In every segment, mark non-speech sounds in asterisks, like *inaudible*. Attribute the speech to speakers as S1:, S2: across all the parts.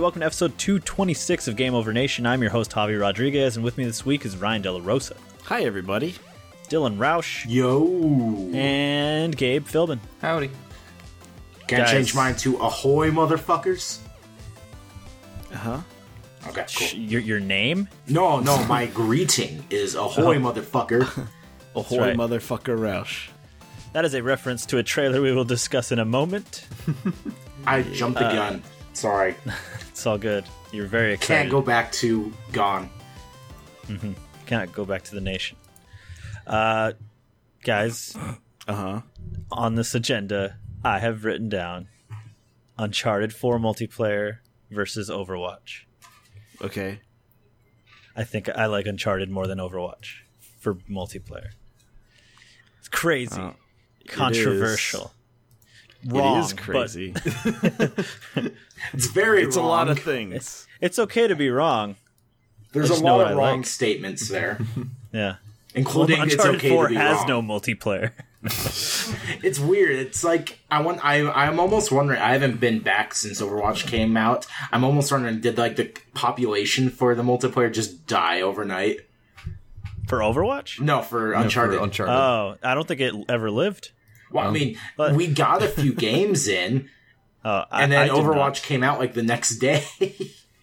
S1: welcome to episode 226 of Game Over Nation. I'm your host, Javi Rodriguez, and with me this week is Ryan De La Rosa,
S2: Hi, everybody.
S1: Dylan Rausch,
S3: Yo.
S1: and Gabe Philbin.
S4: Howdy.
S3: Can
S1: guys.
S3: I change mine to ahoy, motherfuckers?
S2: Uh
S1: Uh-huh.
S2: huh.
S3: Okay,
S1: Sh-
S3: cool.
S1: Your, your name?
S3: No, no,
S1: *laughs*
S3: my greeting is ahoy,
S1: Uh-huh.
S3: motherfucker.
S2: Ahoy,
S1: right.
S2: motherfucker Roush.
S1: That is a reference to a trailer we will discuss in a moment. *laughs*
S3: I jumped the gun. Sorry.
S1: It's all good. You're very excited.
S3: Can't go back to gone.
S1: Cannot go back to the nation. Uh, guys,
S2: Uh huh.
S1: on this agenda, I have written down Uncharted 4 multiplayer versus Overwatch.
S2: Okay.
S1: I think I like Uncharted more than Overwatch for multiplayer. It's crazy,
S2: Oh,
S1: controversial,
S2: it
S1: wrong,
S2: is
S1: but
S2: crazy.
S1: *laughs*
S3: It's very
S2: it's
S3: wrong.
S2: a lot of
S1: *laughs*
S2: things.
S1: it's okay to be wrong.
S3: There's
S1: Just
S3: a
S1: know
S3: lot
S1: what I
S3: of wrong
S1: like. *laughs*
S3: statements there,
S1: Yeah,
S3: including it's
S1: Uncharted
S3: okay
S1: Four
S3: to be
S1: has
S3: wrong.
S1: no multiplayer.
S3: *laughs*
S1: *laughs*
S3: It's weird. It's like I want. I I'm almost wondering. I haven't been back since Overwatch came out. I'm almost wondering did like the population for the multiplayer just die overnight?
S1: For Overwatch?
S3: No, for
S4: No, for
S3: Uncharted.
S4: Uncharted.
S1: Oh, I don't think it ever lived.
S3: well, I mean,
S1: but-
S3: we got a few games in,
S1: Oh, I-
S3: and
S1: I
S3: then
S1: did not.
S3: Overwatch came out like the next day. *laughs*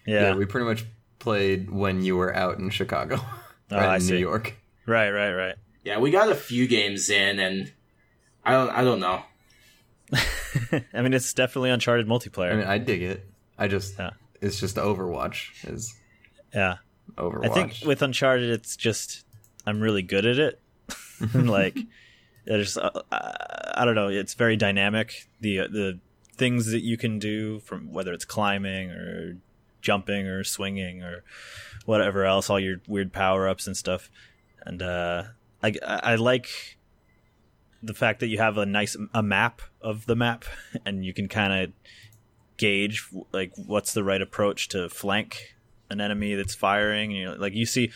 S1: Yeah,
S4: yeah. we pretty much played when you were out in Chicago. *laughs*
S1: Oh,
S4: Or in
S1: I see.
S4: New York.
S1: right, right, right. *laughs*
S3: yeah, we got a few games in, and I don't. I don't know.
S1: I mean, it's definitely Uncharted multiplayer.
S4: I mean, I dig it. I just,
S1: Yeah.
S4: it's just Overwatch is
S1: yeah,
S4: Overwatch.
S1: I think with Uncharted, it's just I'm really good at it. And, like, there's uh, I I don't know. It's very dynamic. The uh, the things that you can do from whether it's climbing or jumping or swinging or whatever else, all your weird power ups and stuff. And uh, I I like the fact that you have a nice a map of the map, *laughs* and you can kind of gauge like what's the right approach to flank an enemy that's firing. And you're, like you see,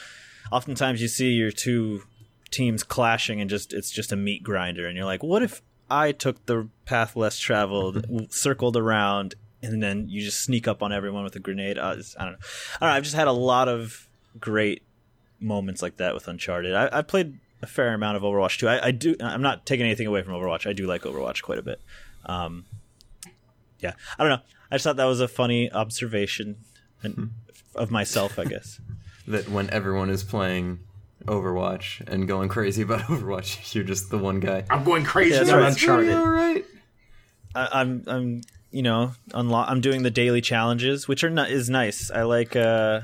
S1: oftentimes you see your two teams clashing, and just it's just a meat grinder. And you're like, what if I took the path less traveled, w- circled around, and then you just sneak up on everyone with a grenade? Uh, it's- I don't know. I don't know. I've just had a lot of great moments like that with Uncharted. I, I played a fair amount of Overwatch too. I, I do. I'm not taking anything away from Overwatch. I do like Overwatch quite a bit. Um, yeah, I don't know. I just thought that was a funny observation and, of myself, I guess.
S4: that when everyone is playing Overwatch and going crazy *laughs* about Overwatch, you're just the one guy.
S3: I'm going crazy
S1: that's
S3: on
S1: right.
S3: Uncharted.
S4: All right.
S1: I, I'm, I'm, you know, unlo- I'm doing the daily challenges, which are not is nice. I like uh,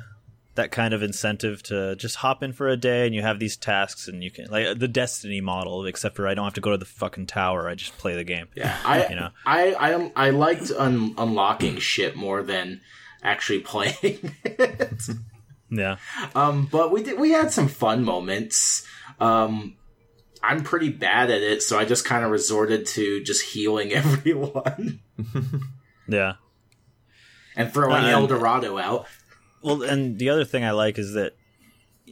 S1: that kind of incentive to just hop in for a day, and you have these tasks, and you can like the Destiny model, except for I don't have to go to the fucking tower. I just play the game.
S3: Yeah, I,
S1: You know.
S3: I I I liked un- unlocking shit more than actually *laughs* playing. it.
S1: Yeah.
S3: Um, but we did, we had some fun moments. Um, I'm pretty bad at it, so I just kind of resorted to just healing *laughs* everyone
S1: Yeah.
S3: and throwing
S1: Uh,
S3: El Dorado out.
S1: Well, and the other thing I like is that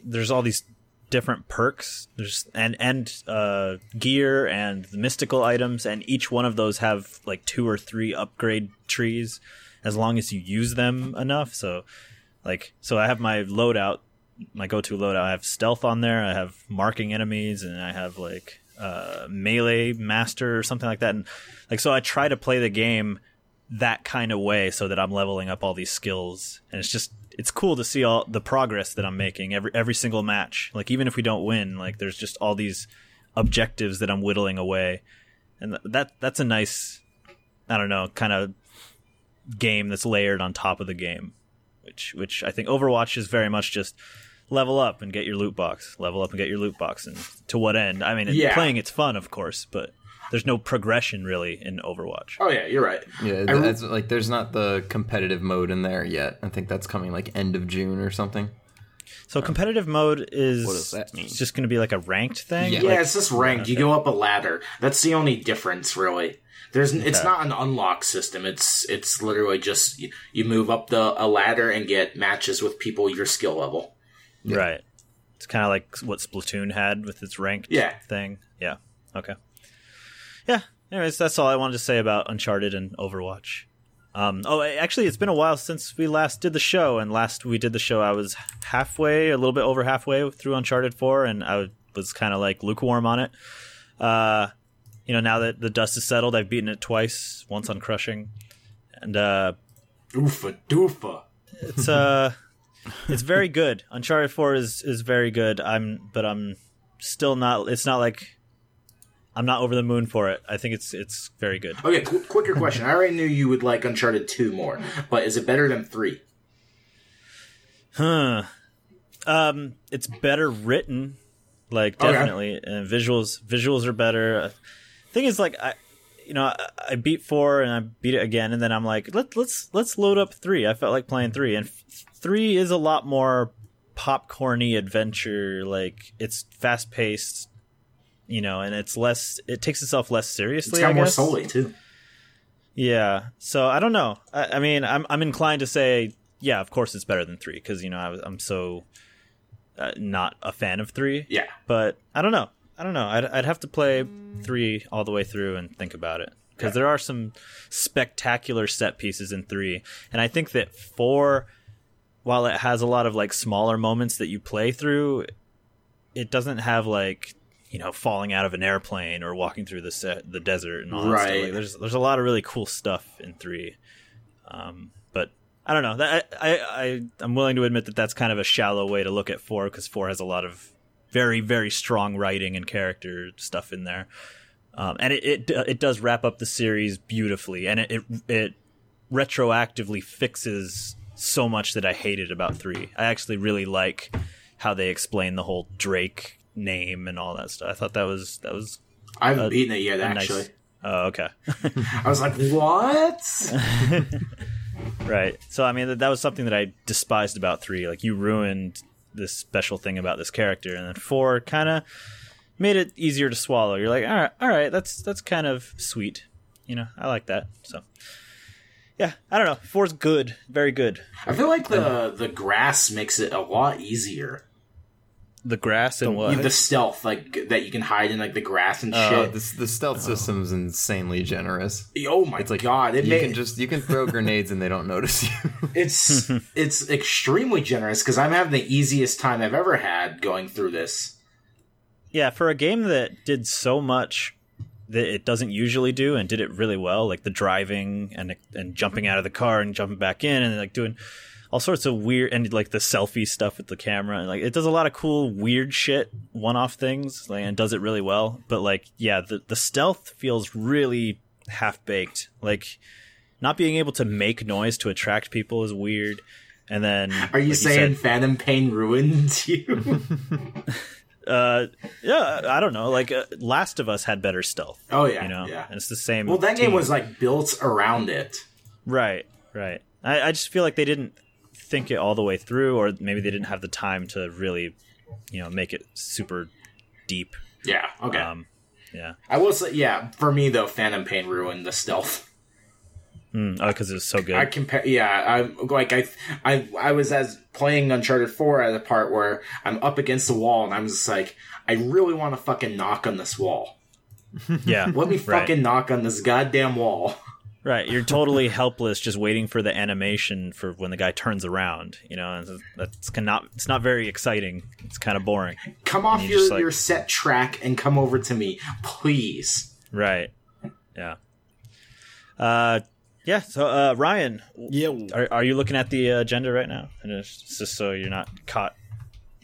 S1: there's all these different perks. There's and and uh, gear and the mystical items, and each one of those have like two or three upgrade trees, as long as you use them enough. So, like, so I have my loadout, my go-to loadout. I have stealth on there. I have marking enemies, and I have like uh, melee master or something like that. And like, so I try to play the game that kind of way so that I'm leveling up all these skills and it's just it's cool to see all the progress that I'm making every every single match like even if we don't win like there's just all these objectives that I'm whittling away and th- that that's a nice I don't know kind of game that's layered on top of the game which which I think Overwatch is very much just level up and get your loot box level up and get your loot box and to what end I mean
S3: Yeah.
S1: playing it's fun of course but there's no progression really in Overwatch
S3: Oh yeah, you're right.
S4: Yeah,
S3: I re-
S4: that's, like there's not the competitive mode in there yet. I think that's coming like end of June or something.
S1: So competitive mode is
S2: What does that mean?
S1: It's just going to be like a ranked thing.
S4: Yeah.
S3: Yeah, it's just ranked. You go up a ladder. That's the only difference, really. There's it's not an unlock system. It's it's literally just you, you move up the a ladder and get matches with people your skill level.
S1: Right. It's kind of like what Splatoon had with its ranked
S3: Yeah.
S1: thing. Yeah. Okay. Yeah. Anyways, that's all I wanted to say about Uncharted and Overwatch. Um, oh, a- actually, it's been a while since we last did the show, and last we did the show, I was halfway, a little bit over halfway through Uncharted Four, and I was kind of like lukewarm on it. Uh, you know, now that the dust has settled, I've beaten it twice, once on Crushing, and uh,
S3: Oofa doofa.
S1: it's uh, it's very good. Uncharted Four is is very good. I'm, but I'm still not. It's not like I'm not over the moon for it. I think it's it's very good.
S3: Okay, qu- quicker question. I already knew you would like Uncharted 2 more, but is it better than 3?
S1: Huh. Um, it's better written, like
S3: Okay.
S1: definitely, and visuals visuals are better. Uh, Thing is, like I, you know, I, I beat four and I beat it again, and then I'm like, let let's let's load up three. I felt like playing three, and f- three is a lot more popcorny adventure. Like it's fast paced, you know, and it's less. It takes itself less seriously.
S3: It's got
S1: I
S3: more
S1: guess.
S3: Sully, too.
S1: Yeah. So I don't know. I, I mean, I'm I'm inclined to say, yeah, of course it's better than three because you know I was, I'm so uh, not a fan of three.
S3: Yeah.
S1: But I don't know. I don't know. I'd I'd have to play three all the way through and think about it because there are some spectacular set pieces in three, and I think that four, while it has a lot of like smaller moments that you play through, it doesn't have like you know falling out of an airplane or walking through the set, the desert and all that stuff.
S3: Right.
S1: Like, there's there's a lot of really cool stuff in three, um, but I don't know. That, I I I I'm willing to admit that that's kind of a shallow way to look at four because four has a lot of very very strong writing and character stuff in there. Um, and it, it it does wrap up the series beautifully, and it it, it retroactively fixes so much that I hated about three. I actually really like how they explain the whole Drake name and all that stuff. I thought that was that was
S3: I haven't
S1: Uh,
S3: beaten it yet,
S1: a
S3: actually.
S1: nice. Oh, okay, *laughs*
S3: I was like, what?
S1: right. So I mean, that, that was something that I despised about three. Like you ruined this special thing about this character, and then four kind of made it easier to swallow. You're like, all right, all right, that's that's kind of sweet. You know, I like that. So. Yeah, I don't know. Four's good, very good.
S3: I feel
S1: *laughs*
S3: like the the grass makes it a lot easier.
S1: The grass and what? Oh,
S3: The stealth, like that you can hide in like the grass and
S4: Uh,
S3: shit.
S4: this, the stealth system's insanely generous.
S3: oh my
S4: It's like
S3: god! It
S4: you
S3: made,
S4: can just you
S1: *laughs*
S4: can throw grenades and they don't notice you.
S3: it's it's extremely generous because I'm having the easiest time I've ever had going through this.
S1: Yeah, for a game that did so much that it doesn't usually do and did it really well, like the driving and and jumping out of the car and jumping back in and like doing all sorts of weird and like the selfie stuff with the camera and like it does a lot of cool weird shit, one-off things, like, and does it really well. But like yeah, the the stealth feels really half-baked. Like not being able to make noise to attract people is weird. And then
S3: Are you
S1: like
S3: saying
S1: said,
S3: Phantom Pain
S1: *laughs*
S3: ruined *laughs* you?
S1: uh, yeah, I don't know. Like uh, Last of Us had better stealth.
S3: oh yeah,
S1: you know
S3: yeah.
S1: and it's the same
S3: Well, that game
S1: team.
S3: was like built around it.
S1: right right I, I just feel like they didn't think it all the way through or maybe they didn't have the time to really you know make it super deep
S3: Yeah. Okay.
S1: um yeah
S3: I will say, yeah. For me though, Phantom Pain ruined the stealth.
S1: mm, oh because it was so good
S3: I compare, yeah. I'm like I, I, I was as playing Uncharted Four at a part where I'm up against the wall and I'm just like, I really want to fucking knock on this wall. *laughs*
S1: yeah
S3: Let me
S1: Right.
S3: fucking knock on this goddamn wall.
S1: right you're totally helpless just waiting for the animation for when the guy turns around you know and it's- that's cannot it's not very exciting it's kind of boring
S3: Come off
S1: you
S3: your,
S1: just, like-
S3: your set track and come over to me, please.
S1: right yeah uh yeah so uh ryan
S2: Yeah.
S1: Are, are you looking at the uh, agenda right now? And it's it's just so you're not caught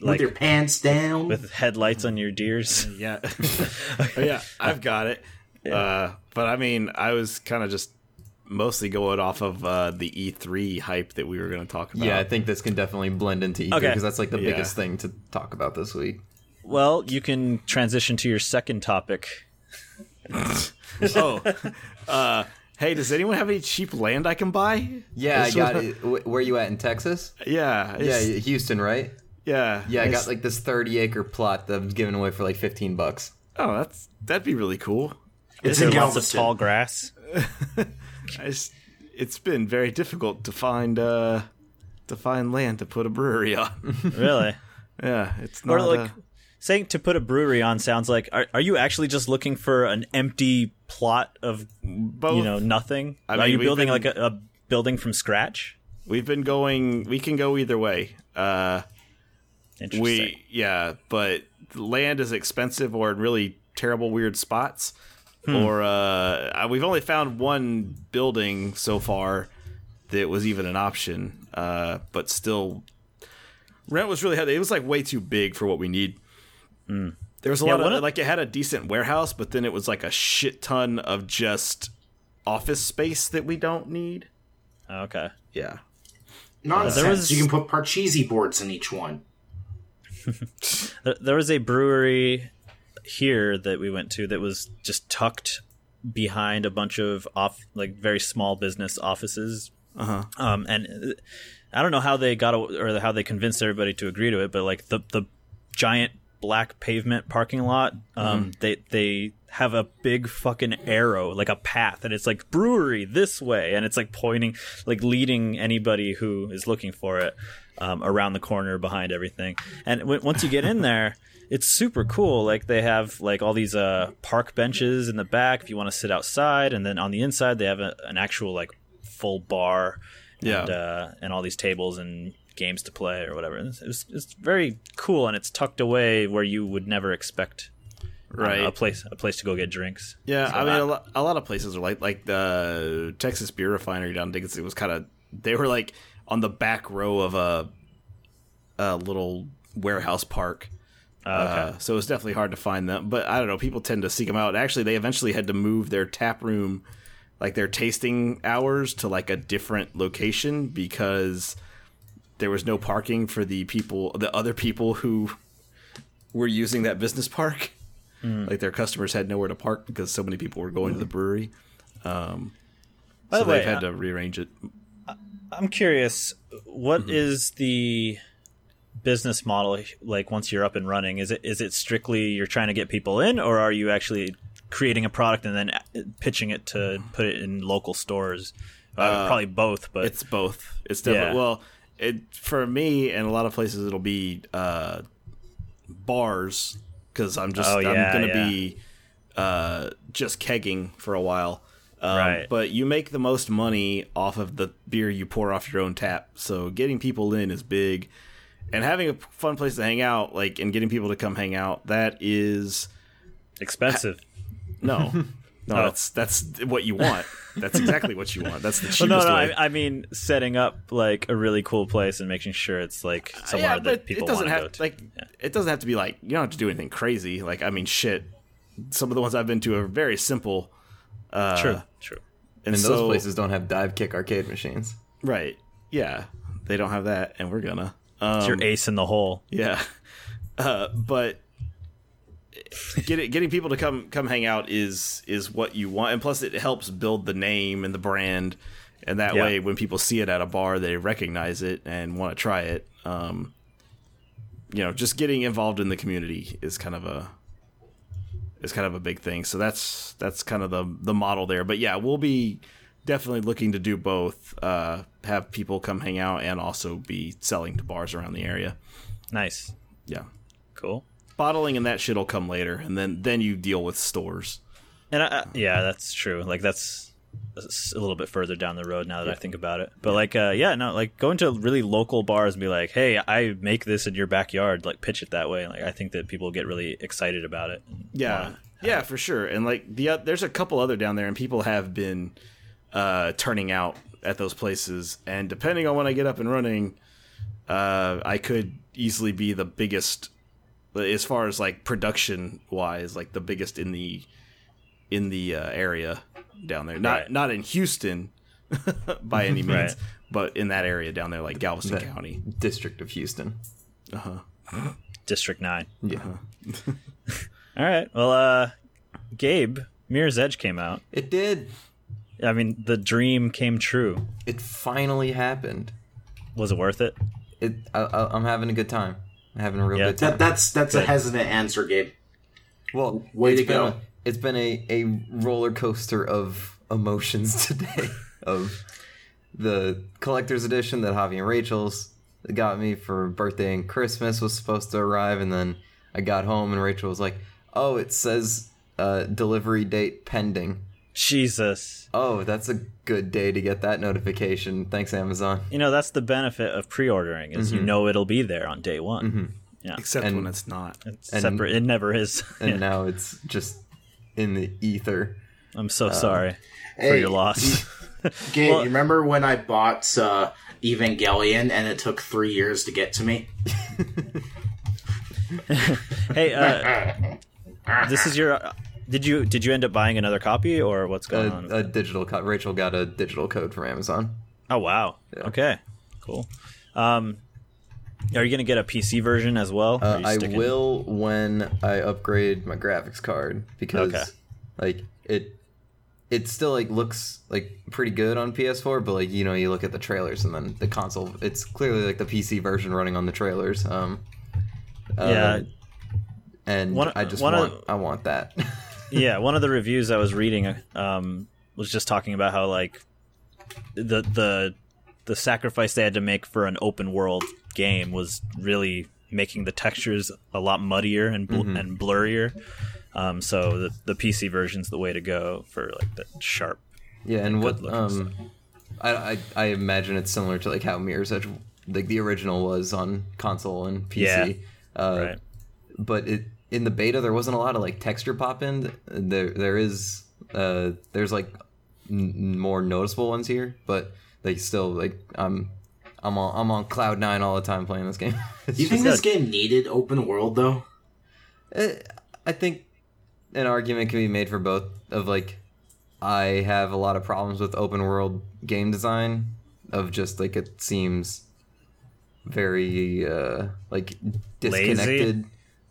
S1: like
S3: with your pants down.
S1: with headlights on your
S2: *laughs*
S1: deers. *laughs*
S2: Yeah. Oh, yeah, I've got it. Uh, but I mean, I was kind of just mostly going off of uh, the E3 hype that we were going to talk about.
S4: yeah, I think this can definitely blend into E3
S1: Okay.
S4: because that's like the
S2: Yeah.
S4: biggest thing to talk about this week.
S1: Well, you can transition to your second topic.
S2: oh, uh, hey, does anyone have any cheap land I can buy?
S4: Yeah, I
S2: This
S4: got
S2: was-
S4: it. Wh- Where you at in Texas?
S2: Yeah,
S4: Yeah,
S2: it's-
S4: Houston, right?
S2: yeah,
S4: Yeah, I
S2: it's-
S4: got like this 30 acre plot that I'm giving away for like 15 bucks.
S2: Oh, that's that'd be really cool.
S3: it's
S1: There
S3: in
S1: are lots of
S3: Galveston.
S1: tall grass.
S2: I just, it's been very difficult to find uh, to find land to put a brewery on.
S1: Really?
S2: yeah, it's not
S1: or like
S2: uh,
S1: saying to put a brewery on sounds like are, are you actually just looking for an empty plot of
S2: both.
S1: you know nothing?
S2: I
S1: are
S2: mean,
S1: you
S2: we've
S1: building
S2: been-
S1: like a, a building from scratch?
S2: We've been going. We can go either way. Uh,
S1: Interesting.
S2: we yeah, but land is expensive or in really terrible weird spots.
S1: Hmm.
S2: Or uh, I- we've only found one building so far that was even an option. Uh, but still, rent was really heavy. It was like way too big for what we need. There was a
S1: Hmm. Yeah,
S2: lot
S1: one
S2: of
S1: of-
S2: like it had a decent warehouse, but then it was like a shit ton of just office space that we don't need.
S1: Oh, okay.
S2: Yeah.
S3: Nonsense.
S1: was-
S3: You can put Parcheesi boards in each one.
S1: There, there was a brewery here that we went to that was just tucked behind a bunch of off like very small business offices.
S2: Uh-huh.
S1: Um, and uh, I don't know how they got aw- or how they convinced everybody to agree to it, but like the the giant black pavement parking lot, um, they they have a big fucking arrow like a path, and it's like brewery this way, and it's like pointing like leading anybody who is looking for it um, around the corner behind everything. And w- once you get in there, it's super cool. Like they have like all these uh, park benches in the back if you want to sit outside, and then on the inside they have a, an actual like full bar
S2: Yeah.
S1: and, uh, and all these tables and games to play or whatever. It's, it's, it's very cool and it's tucked away where you would never expect I don't know,
S2: Right.
S1: a place a place to go get drinks.
S2: Yeah, I mean,
S3: that-
S2: a, lo- a lot of places are like like the Texas beer refinery down in Dickinson was kind of they were like on the back row of a a little warehouse park.
S1: Uh,
S2: Uh, so it was definitely hard to find them, but I don't know. People tend to seek them out. Actually, they eventually had to move their tap room, like their tasting hours, to like a different location because there was no parking for the people, the other people who were using that business park.
S1: Hmm.
S2: Like their customers had nowhere to park because so many people were going to the brewery. Um,
S1: By
S2: so
S1: the
S2: they've
S1: way,
S2: had to rearrange it.
S1: I'm curious, what is the business model like once you're up and running? Is it is it strictly you're trying to get people in, or are you actually creating a product and then uh, pitching it to put it in local stores? Mm-hmm. Uh, probably both, but
S2: It's both. It's definitely
S1: Yeah.
S2: well. It for me and a lot of places it'll be uh, bars because I'm just
S1: Oh,
S2: I'm
S1: yeah,
S2: gonna
S1: yeah.
S2: be uh, just kegging for a while. Um,
S1: Right.
S2: But you make the most money off of the beer you pour off your own tap. So getting people in is big, and having a fun place to hang out, like and getting people to come hang out, that is
S1: expensive. *laughs*
S2: no. No,
S1: Oh.
S2: that's that's what you want. That's exactly what you want. That's the cheapest
S1: *laughs* Well, no, no,
S2: way.
S1: I, I mean setting up like a really cool place and making sure it's like somewhere that people
S2: Uh, it doesn't
S1: want
S2: have
S1: to go to.
S2: like it doesn't have to be like you don't have to do anything crazy. Like I mean, shit. Some of the ones I've been to are very simple, uh,
S1: true, true.
S2: and,
S4: And
S2: so,
S4: those places don't have dive kick arcade machines.
S2: right? Yeah, they don't have that, and we're gonna. Um,
S1: It's your ace in the hole.
S2: Yeah, *laughs* uh, but getting getting people to come come hang out is is what you want, and plus it helps build the name and the brand, and that
S1: Yeah.
S2: way when people see it at a bar, they recognize it and want to try it. Um, you know, just getting involved in the community is kind of a is kind of a big thing. So that's that's kind of the the model there. But yeah, we'll be definitely looking to do both. Uh, have people come hang out and also be selling to bars around the area.
S1: Nice,
S2: Yeah.
S1: cool.
S2: Bottling and that shit'll come later, and then then you deal with stores.
S1: And I, I, yeah, that's true. Like that's, that's a little bit further down the road now that I think about it. But like, uh, yeah, no, like going to really local bars and be like, "Hey, I make this in your backyard." Like pitch it that way. Like I think that people get really excited about it.
S2: Yeah, yeah, for sure. And like the oth- there's a couple other down there, and people have been uh, turning out at those places. And depending on when I get up and running, uh, I could easily be the biggest as far as like production wise, like the biggest in the in the uh, area down there. Not
S1: Right.
S2: not in Houston *laughs* by *laughs* any means,
S1: Right.
S2: but in that area down there, like Galveston
S4: That-
S2: County.
S4: District of Houston.
S1: District Nine.
S4: Yeah.
S1: *laughs* All right. Well, uh, Gabe, Mirror's Edge came out.
S4: It did.
S1: I mean, the dream came true.
S4: It finally happened.
S1: Was it worth it?
S4: It. I, I, I'm having a good time. I'm having a real
S1: Yeah.
S4: good time.
S3: That that's that's a hesitant answer, Gabe.
S4: Well,
S3: Way
S4: it's
S3: to
S4: been
S3: go.
S4: a- it's been a, a roller coaster of emotions *laughs* today of the collector's edition that Javi and Rachel's got me for birthday and Christmas was supposed to arrive, and then I got home and Rachel was like, "Oh, it says uh, delivery date pending,"
S1: Jesus.
S4: Oh, that's a good day to get that notification.
S3: *laughs*
S4: Thanks, Amazon.
S1: You know, that's the benefit of pre-ordering is
S4: Mm-hmm.
S1: you know it'll be there on day one. Yeah.
S2: Except
S4: And-
S2: when it's not.
S1: It's
S4: Mm-hmm. and-
S1: separate. It never is.
S4: And
S1: Yeah.
S4: now it's just in the ether.
S1: *laughs* I'm
S4: uh,
S1: so sorry for
S3: hey,
S1: your
S4: *laughs*
S1: loss.
S3: Gabe,
S1: Well-
S3: you remember when I bought uh, Evangelion and it took three years to get to me?
S1: hey, uh, this is your. Did you did you end up buying another copy or what's going
S4: A,
S1: on?
S4: a digital co- Rachel got a digital code from Amazon.
S1: oh wow. Okay. Cool. Um, are you gonna get a PC version as well? Or are
S4: Uh,
S1: you
S4: I
S1: sticking-
S4: will when I upgrade my graphics card because
S1: Okay.
S4: like it it still like looks like pretty good on PS4, but like you know you look at the trailers and then the console it's clearly like the PC version running on the trailers. Um, uh,
S1: Yeah.
S4: and
S1: One-
S4: I just
S1: one of-
S4: want I want that. *laughs*
S1: yeah one of the reviews i was reading um, was just talking about how like the the the sacrifice they had to make for an open world game was really making the textures a lot muddier and bl-
S4: Mm-hmm.
S1: and blurrier um, so the, the pc version's the way to go for like the sharp
S4: yeah, and what
S1: looking
S4: um, I, I I imagine it's similar to like how Mirror's Edge like the original was on console and PC. Uh,
S1: right
S4: but it in the beta there wasn't a lot of like texture pop in there there is uh there's like n- more noticeable ones here but like still like i'm i'm on i'm on cloud nine all the time playing this game *laughs* It's
S3: Do you think
S1: just
S3: this game needed open world though?
S4: just- eh, i think an argument can be made for both of like i have a lot of problems with open world game design of just like it seems very uh like disconnected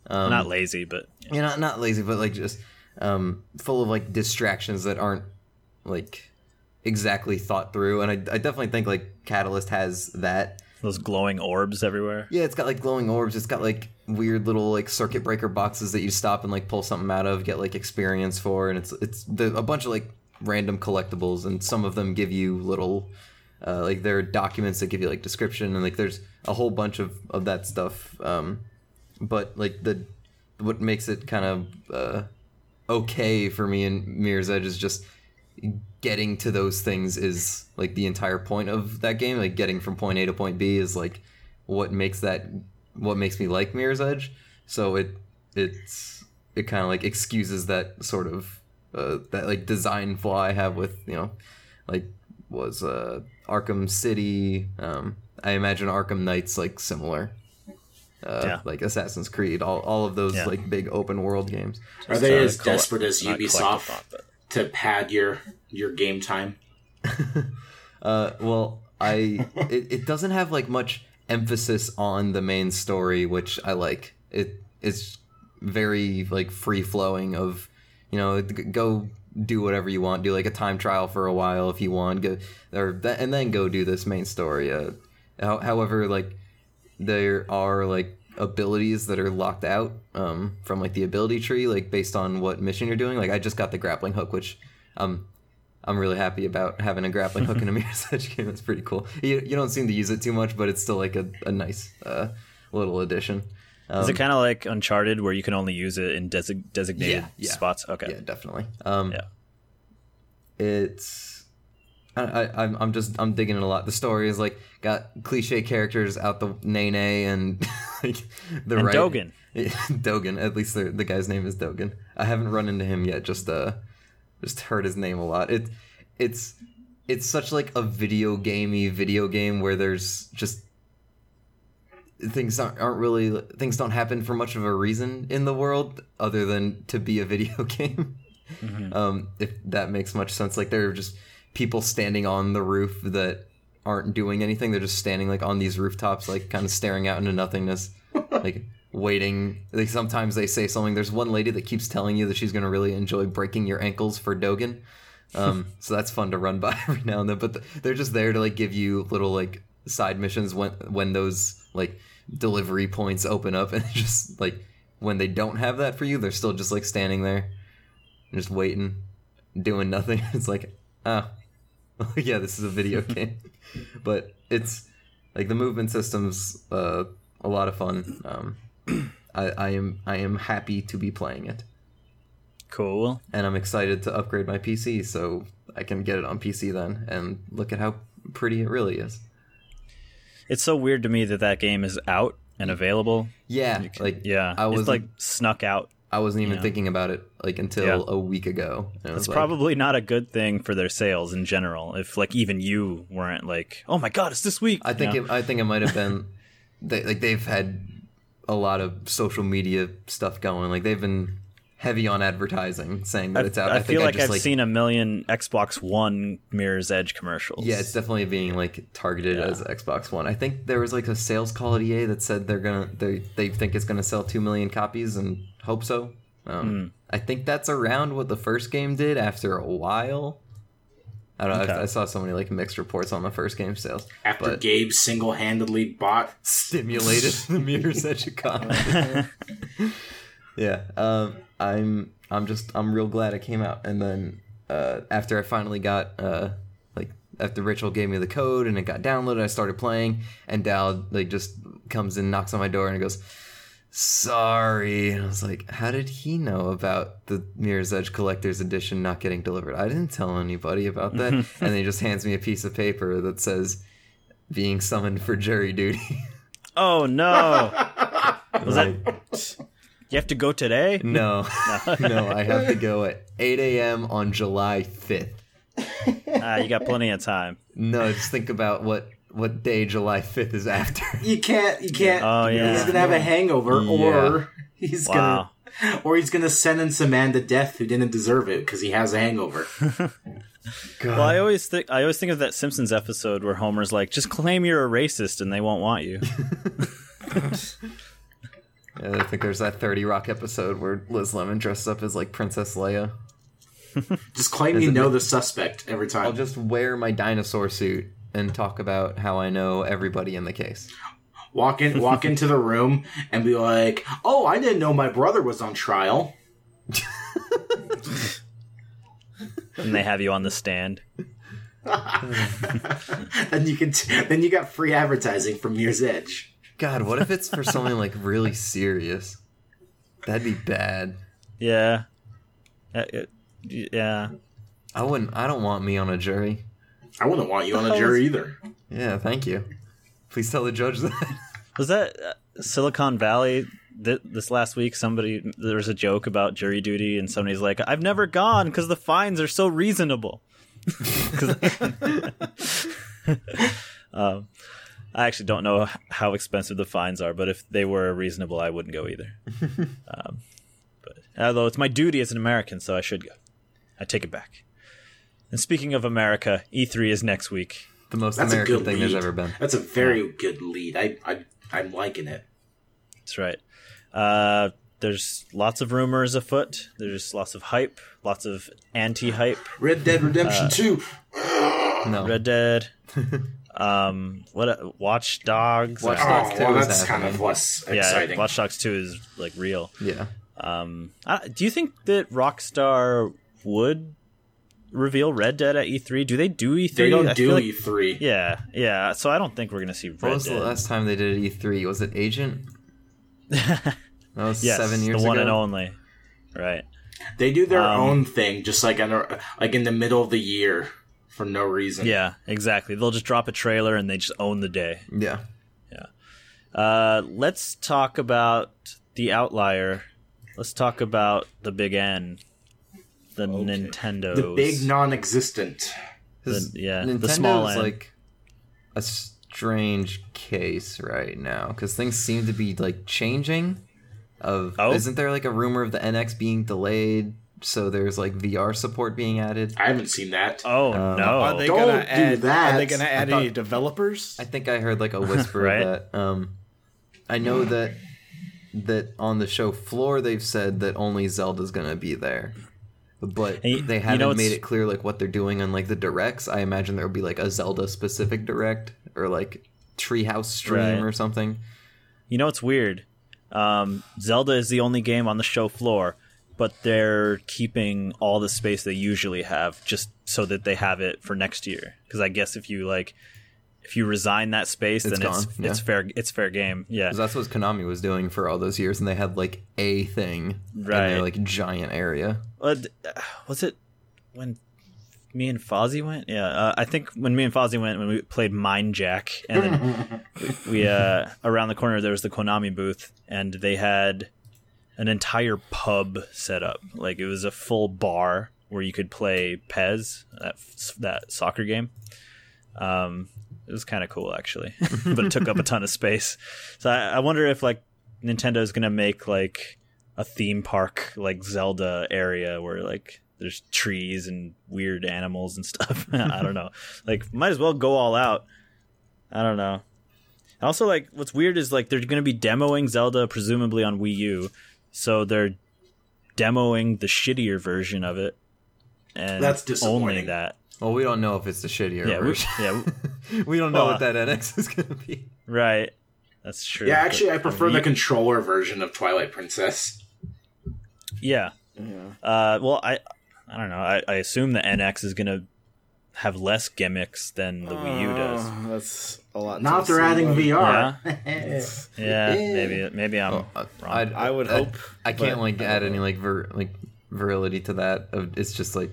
S4: um,
S1: not lazy but
S4: you know, not lazy, but like just um, full of like distractions that aren't like exactly thought through. And I, I definitely think like Catalyst has that.
S1: those glowing orbs everywhere
S4: Yeah, it's got like glowing orbs. It's got like weird little like circuit breaker boxes that you stop and like pull something out of, get like experience for, and it's it's the, a bunch of like random collectibles, and some of them give you little. Uh, like there are documents that give you like description and like there's a whole bunch of of that stuff um but like the what makes it kind of uh, okay for me in Mirror's Edge is just getting to those things is like the entire point of that game. Like getting from point A to point B is like what makes that what makes me like Mirror's Edge. So it it's it kind of like excuses that sort of uh, that like design flaw I have with you know like was uh, Arkham City. Um, I imagine Arkham Knight's like similar. Uh,
S1: Yeah.
S4: like Assassin's Creed, all, all of those
S1: Yeah.
S4: like big open world games.
S3: Are they
S1: uh,
S3: as
S1: collect-
S3: desperate as
S1: not
S3: Ubisoft
S1: collectathon, but-
S3: to pad your your game time?
S4: Uh, well,
S1: *laughs*
S4: I it, it doesn't have like much emphasis on the main story, which I like. It it's very like free flowing of, you know, g- go do whatever you want, do like a time trial for a while if you want, go or th- and then go do this main story. Uh, how, however, like there are like abilities that are locked out um, from like the ability tree, like based on what mission you're doing. Like I just got the grappling hook, which um, I'm really happy about having a grappling hook in a *laughs* mirror's edge game. That's pretty cool. You, you don't seem to use it too much, but it's still like a, a nice uh, little addition. Um,
S1: is it kind of like Uncharted, where you can only use it in desig designated
S4: Yeah, yeah.
S1: spots? Okay,
S4: Yeah, definitely. Um,
S1: Yeah.
S4: It's. I, I, I'm I'm just I'm digging it a lot. The story is like got cliche characters out the nay nay and *laughs* like the
S1: and
S4: right
S1: Dogan.
S4: *laughs* Dogan. At least the, the guy's name is Dogan. I haven't run into him yet. Just uh, just heard his name a lot. It, it's, it's such like a video gamey video game where there's just things aren't, aren't really things don't happen for much of a reason in the world other than to be a video *laughs* game. Um, if that makes much sense, like there are just people standing on the roof that aren't doing anything. They're just standing like on these rooftops, like kind of staring out into nothingness, like waiting. Like sometimes they say something. There's one lady that keeps telling you that she's gonna really enjoy breaking your ankles for Dogan. Um, so that's fun to run by *laughs* every now and then. But th- they're just there to like give you little like side missions when when those like delivery points open up, *laughs* and just like when they don't have that for you, they're still just like standing there, just waiting, doing nothing. *laughs* It's like ah, *laughs* yeah, this is a video game, but it's like the movement system's uh, a lot of fun. Um, I, I am I am happy to be playing it.
S1: Cool.
S4: and I'm excited to upgrade my PC so I can get it on PC then and look at how pretty it really is.
S1: It's so weird to me that that game is out and available.
S4: Yeah, like
S1: Yeah,
S4: I was
S1: it's like snuck out.
S4: I wasn't even
S1: yeah.
S4: thinking about it like until
S1: Yeah.
S4: a week ago. And I was
S1: It's
S4: like,
S1: probably not a good thing for their sales in general. If like even you weren't like, oh my god, it's this week.
S4: I think
S1: you know?
S4: it, I think it might have been *laughs* they, like they've had a lot of social media stuff going. Like they've been heavy on advertising saying that it's out.
S1: I,
S4: think
S1: feel
S4: I
S1: like
S4: just,
S1: I've seen a million Xbox One Mirror's Edge commercials.
S4: Yeah, it's definitely being like targeted
S1: Yeah.
S4: as Xbox One. I think there was like a sales call at EA that said they're gonna they they think it's gonna sell two million copies and hope so.
S1: Hmm.
S4: Um, I think that's around what the first game did after a while. I don't know.
S1: Okay.
S4: I, I saw so many like mixed reports on the first game sales.
S3: After
S4: but
S3: Gabe single handedly bought
S4: stimulated *laughs* the mirror's edge economy. yeah, um, I'm I'm just I'm real glad it came out. And then uh, after I finally got uh, like after Rachel gave me the code and it got downloaded, I started playing. And Dal like just comes and knocks on my door and goes, "Sorry." And I was like, "How did he know about the Mirror's Edge Collector's Edition not getting delivered? I didn't tell anybody about that." and then he just hands me a piece of paper that says. Being summoned for jury duty.
S1: Oh
S4: *laughs*
S1: no! Was that
S4: Like-
S1: you have to go
S4: *laughs*
S1: today?
S4: No, no, I have to go at 8 a.m. on July 5th.
S1: Ah, you got plenty of time.
S4: No, just think about what what day July 5th
S3: *laughs*
S4: is after.
S3: you can't you can't
S1: Oh,
S3: he's
S1: yeah.
S3: gonna have a hangover or he's
S1: Wow.
S3: gonna or he's gonna sentence a man to death who didn't deserve it because he has a
S4: *laughs*
S3: hangover
S4: God.
S1: Well, I always think I always think of that Simpsons episode where Homer's like, "Just claim you're a racist and they won't want you."
S4: I think there's that 30 Rock episode where Liz Lemon dresses up as like Princess Leia.
S3: just claim you know the suspect every
S4: I'll
S3: time
S4: just wear my dinosaur suit and talk about how I know everybody in the case.
S3: walk in walk into the room and be like oh i didn't know my brother was on trial
S4: *laughs*
S1: and they have you on the stand.
S3: then you can t- then you got free advertising from year's edge
S4: God, what if it's for something like *laughs* really serious? That'd be bad.
S1: Yeah. Uh, it- yeah.
S4: I wouldn't. I don't want me on a jury.
S3: i wouldn't want you on a jury either
S4: Yeah, thank you. Please tell the judge that. *laughs*
S1: Was that uh, Silicon Valley? Th- this last week, somebody there was a joke about jury duty, and somebody's like, "I've never gone because the fines are so reasonable." *laughs* 'Cause- um, I actually don't know h- how expensive the fines are, but if they were reasonable, I wouldn't go either. um, but although it's my duty as an American, so I should go. I take it back. And speaking of America, E3 is next week.
S4: The most
S3: that's a
S4: American
S3: good
S4: thing
S3: lead
S4: there's ever been.
S3: that's a very good lead I, I i'm liking it
S1: That's right. Uh, there's lots of rumors afoot. There's lots of hype, lots of anti-hype.
S3: red dead
S4: *laughs* Uh,
S3: redemption 2
S4: No.
S1: Red
S4: *laughs*
S1: Dead. um, what? Watch Dogs.
S4: Watch
S1: Uh,
S4: Dogs.
S3: Oh,
S4: Fox
S3: well,
S4: Two is
S3: that's kind
S4: happening.
S3: of less
S1: yeah,
S3: exciting.
S1: Watch Dogs Two is like real.
S4: Yeah.
S1: Um, I, do you think that Rockstar would reveal Red Dead at E3? Do they do E3?
S3: they don't
S1: I
S3: do E
S1: feel like-
S3: E3.
S1: Yeah, yeah. So I don't think we're gonna see Red
S4: What was
S1: Dead.
S4: the last time they did E3? Was it Agent? That
S1: *laughs*
S4: was
S1: yes,
S4: seven years
S1: the one and
S4: ago.
S1: only. Right.
S3: They do their
S1: Um,
S3: own thing, just like in a, like in the middle of the year for no reason.
S1: Yeah, exactly. They'll just drop a trailer and they just own the day.
S4: yeah.
S1: Uh, let's talk about the outlier. Let's talk about the big N, the Nintendo.
S3: The big non-existent.
S4: 'Cause
S1: The- yeah, the
S4: Nintendo
S1: small
S4: is
S1: end.
S4: like a strange case right now because things seem to be like changing. Of
S1: Oh?
S4: isn't there like a rumor of the NX being delayed? So there's like VR support being added.
S3: I haven't seen that.
S1: oh
S4: Um,
S1: no!
S2: Are they
S3: Don't
S2: gonna
S3: do
S2: add? Are
S3: that.
S2: they gonna
S3: I
S2: add any
S3: thought-
S2: developers?
S4: I think I heard
S1: *laughs*
S4: like a whisper
S1: Right?
S4: of that. Um, I know that that on the show floor they've said that only Zelda's gonna be there, but
S1: And you-
S4: they
S1: you
S4: haven't
S1: know,
S4: made
S1: it's-
S4: it clear like what they're doing on like the directs. I imagine there will be like a Zelda specific direct or like Treehouse stream
S1: Right.
S4: or something.
S1: You know it's weird. Um, Zelda is the only game on the show floor, but they're keeping all the space they usually have just so that they have it for next year. Because I guess if you like, if you resign that space,
S4: It's
S1: then it's
S4: gone, yeah.
S1: it's fair it's fair game. Yeah,
S4: 'Cause that's what Konami was doing for all those years, and they had like a thing in
S1: Right.
S4: their like giant area.
S1: uh, was it when me and Fozzie went? Yeah, uh, I think when me and Fozzie went, when we played Mind Jack, and then we, we uh, around the corner there was the Konami booth, and they had an entire pub set up. Like it was a full bar where you could play Pez, that that soccer game. Um, it was kind of cool actually, *laughs* but it took up a ton of space. So I, I wonder if like Nintendo is gonna make like a theme park like Zelda area where like there's trees and weird animals and stuff. *laughs* I don't know. Like might as well go all out. I don't know. Also like what's weird is like they're going to be demoing Zelda presumably on Wii U. So they're demoing the shittier version of it. And
S3: That's disappointing.
S1: only that.
S4: Well, we don't know if it's the shittier
S1: Yeah, we,
S4: version. *laughs*
S1: yeah,
S4: we don't know
S1: Well,
S4: what that NX is going to be.
S1: right. That's true.
S3: yeah, actually, I prefer the
S1: control.
S3: controller version of Twilight Princess.
S1: Yeah. Uh, well, I I don't know. I, I assume the NX is gonna have less gimmicks than the Wii U does.
S2: Oh, that's a lot.
S3: Now
S2: to
S3: if they're
S2: assume.
S3: adding VR.
S1: Yeah,
S2: Eh.
S1: maybe maybe I'm
S4: I,
S1: wrong.
S2: I would
S4: I-
S2: hope,
S4: I can't
S2: but
S4: like add any like vir- like virility to that. Of It's just like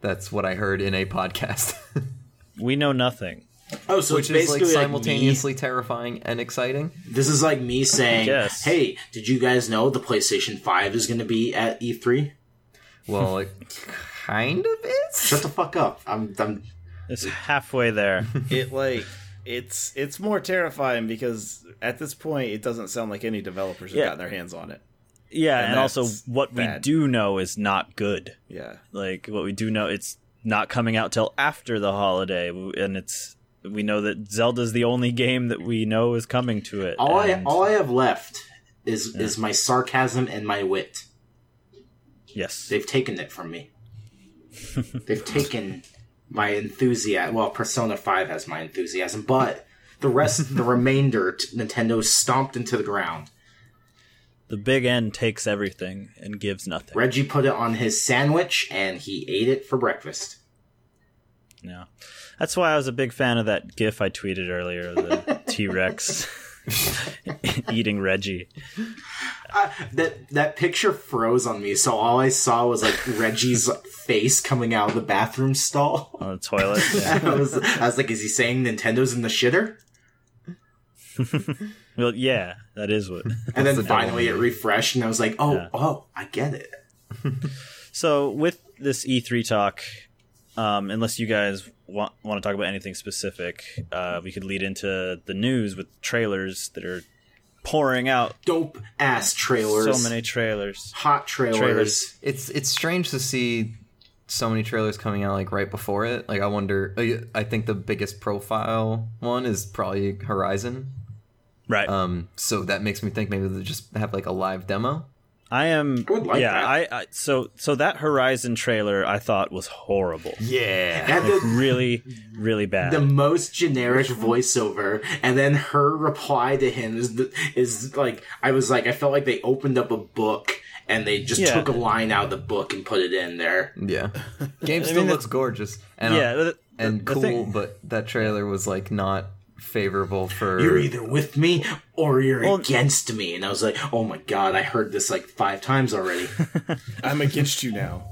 S4: that's what I heard in a podcast, *laughs*
S1: we know nothing.
S3: *laughs* Oh, so it's
S4: which is
S3: basically like
S4: like
S3: me-
S4: simultaneously terrifying and exciting.
S3: This is like me saying,
S1: Yes.
S3: "Hey, did you guys know the PlayStation Five is going to be at E E3?"
S4: Well, it kind of is.
S3: Shut the fuck up. I'm, I'm
S1: It's halfway
S2: *laughs*
S1: there.
S2: It like it's it's more terrifying because at this point it doesn't sound like any developers have
S1: Yeah.
S2: gotten their hands on it.
S1: Yeah,
S2: And
S1: and, also
S2: that's
S1: what we
S2: bad.
S1: do know is not good.
S2: Yeah.
S1: Like what we do know, it's not coming out till after the holiday, and it's we know that Zelda's the only game that we know is coming to it.
S3: all I
S1: and-
S3: all I have left is is my sarcasm and my wit.
S1: yes,
S3: They've taken it from me. They've taken my enthusiasm. Well, Persona Five has my enthusiasm, but the rest, the remainder, t- Nintendo stomped into the ground.
S1: the big N takes everything and gives nothing.
S3: Reggie put it on his sandwich, and he ate it for breakfast.
S1: No. That's why I was a big fan of that GIF I tweeted earlier, the T Rex *laughs* eating Reggie.
S3: Uh, That that picture froze on me, so all I saw was like Reggie's face coming out of the bathroom stall. *laughs*
S1: on the toilet. Yeah.
S3: I was, I was like, is he saying Nintendo's in the shitter?
S1: Well, yeah, that is what.
S3: And then
S4: the devil
S3: finally it refreshed, and I was like, oh, oh, I get it.
S1: So with this E3 talk, um, unless you guys want want to talk about anything specific, uh, we could lead into the news with trailers that are pouring out.
S3: Dope ass trailers,
S1: So many trailers.
S3: hot trailers.
S1: Trailers.
S3: *laughs*
S4: It's it's strange to see so many trailers coming out like right before it. Like I wonder. like, I think the biggest profile one is probably Horizon.
S1: Right.
S4: Um, so that makes me think maybe they just have like a live demo.
S1: I am.
S3: I would like
S1: yeah.
S3: that.
S1: I, I so so that Horizon trailer I thought was horrible.
S2: Yeah.
S3: That the,
S1: Really, really bad.
S3: the most generic voiceover, and then her reply to him is the, is like, I was like, I felt like they opened up a book and they just
S1: Yeah.
S3: took a line out of the book and put it in there. *laughs*
S4: Yeah, game still looks gorgeous and
S1: yeah.
S4: uh,
S1: the- the-
S4: and
S1: the
S4: cool,
S1: thing-
S4: but that trailer was like not favorable for.
S3: you're either with me or you're against me. And I was like, oh my god, I heard this like five times
S1: *laughs*
S3: already.
S2: I'm against you now.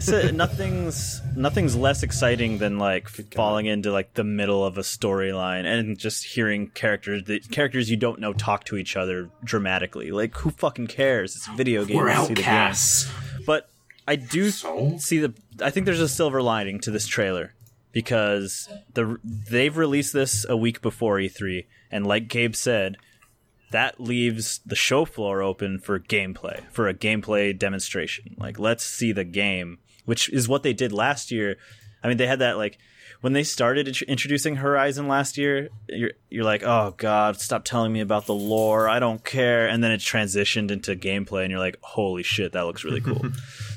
S1: So nothing's nothing's less exciting than like falling into like the middle of a storyline and just hearing characters the characters you don't know talk to each other dramatically. Like who fucking cares? It's a video game.
S3: We're
S1: you see the game.
S3: outcasts.
S1: But I do
S3: So?
S1: see the I think there's a silver lining to this trailer because the they've released this a week before E3 and like Gabe said that leaves the show floor open for gameplay, for a gameplay demonstration. Like, let's see the game, which is what they did last year. I mean, they had that like when they started int- introducing Horizon last year. You're you're like, oh god, stop telling me about the lore. I don't care. And then it transitioned into gameplay, and you're like, holy shit, that looks really cool.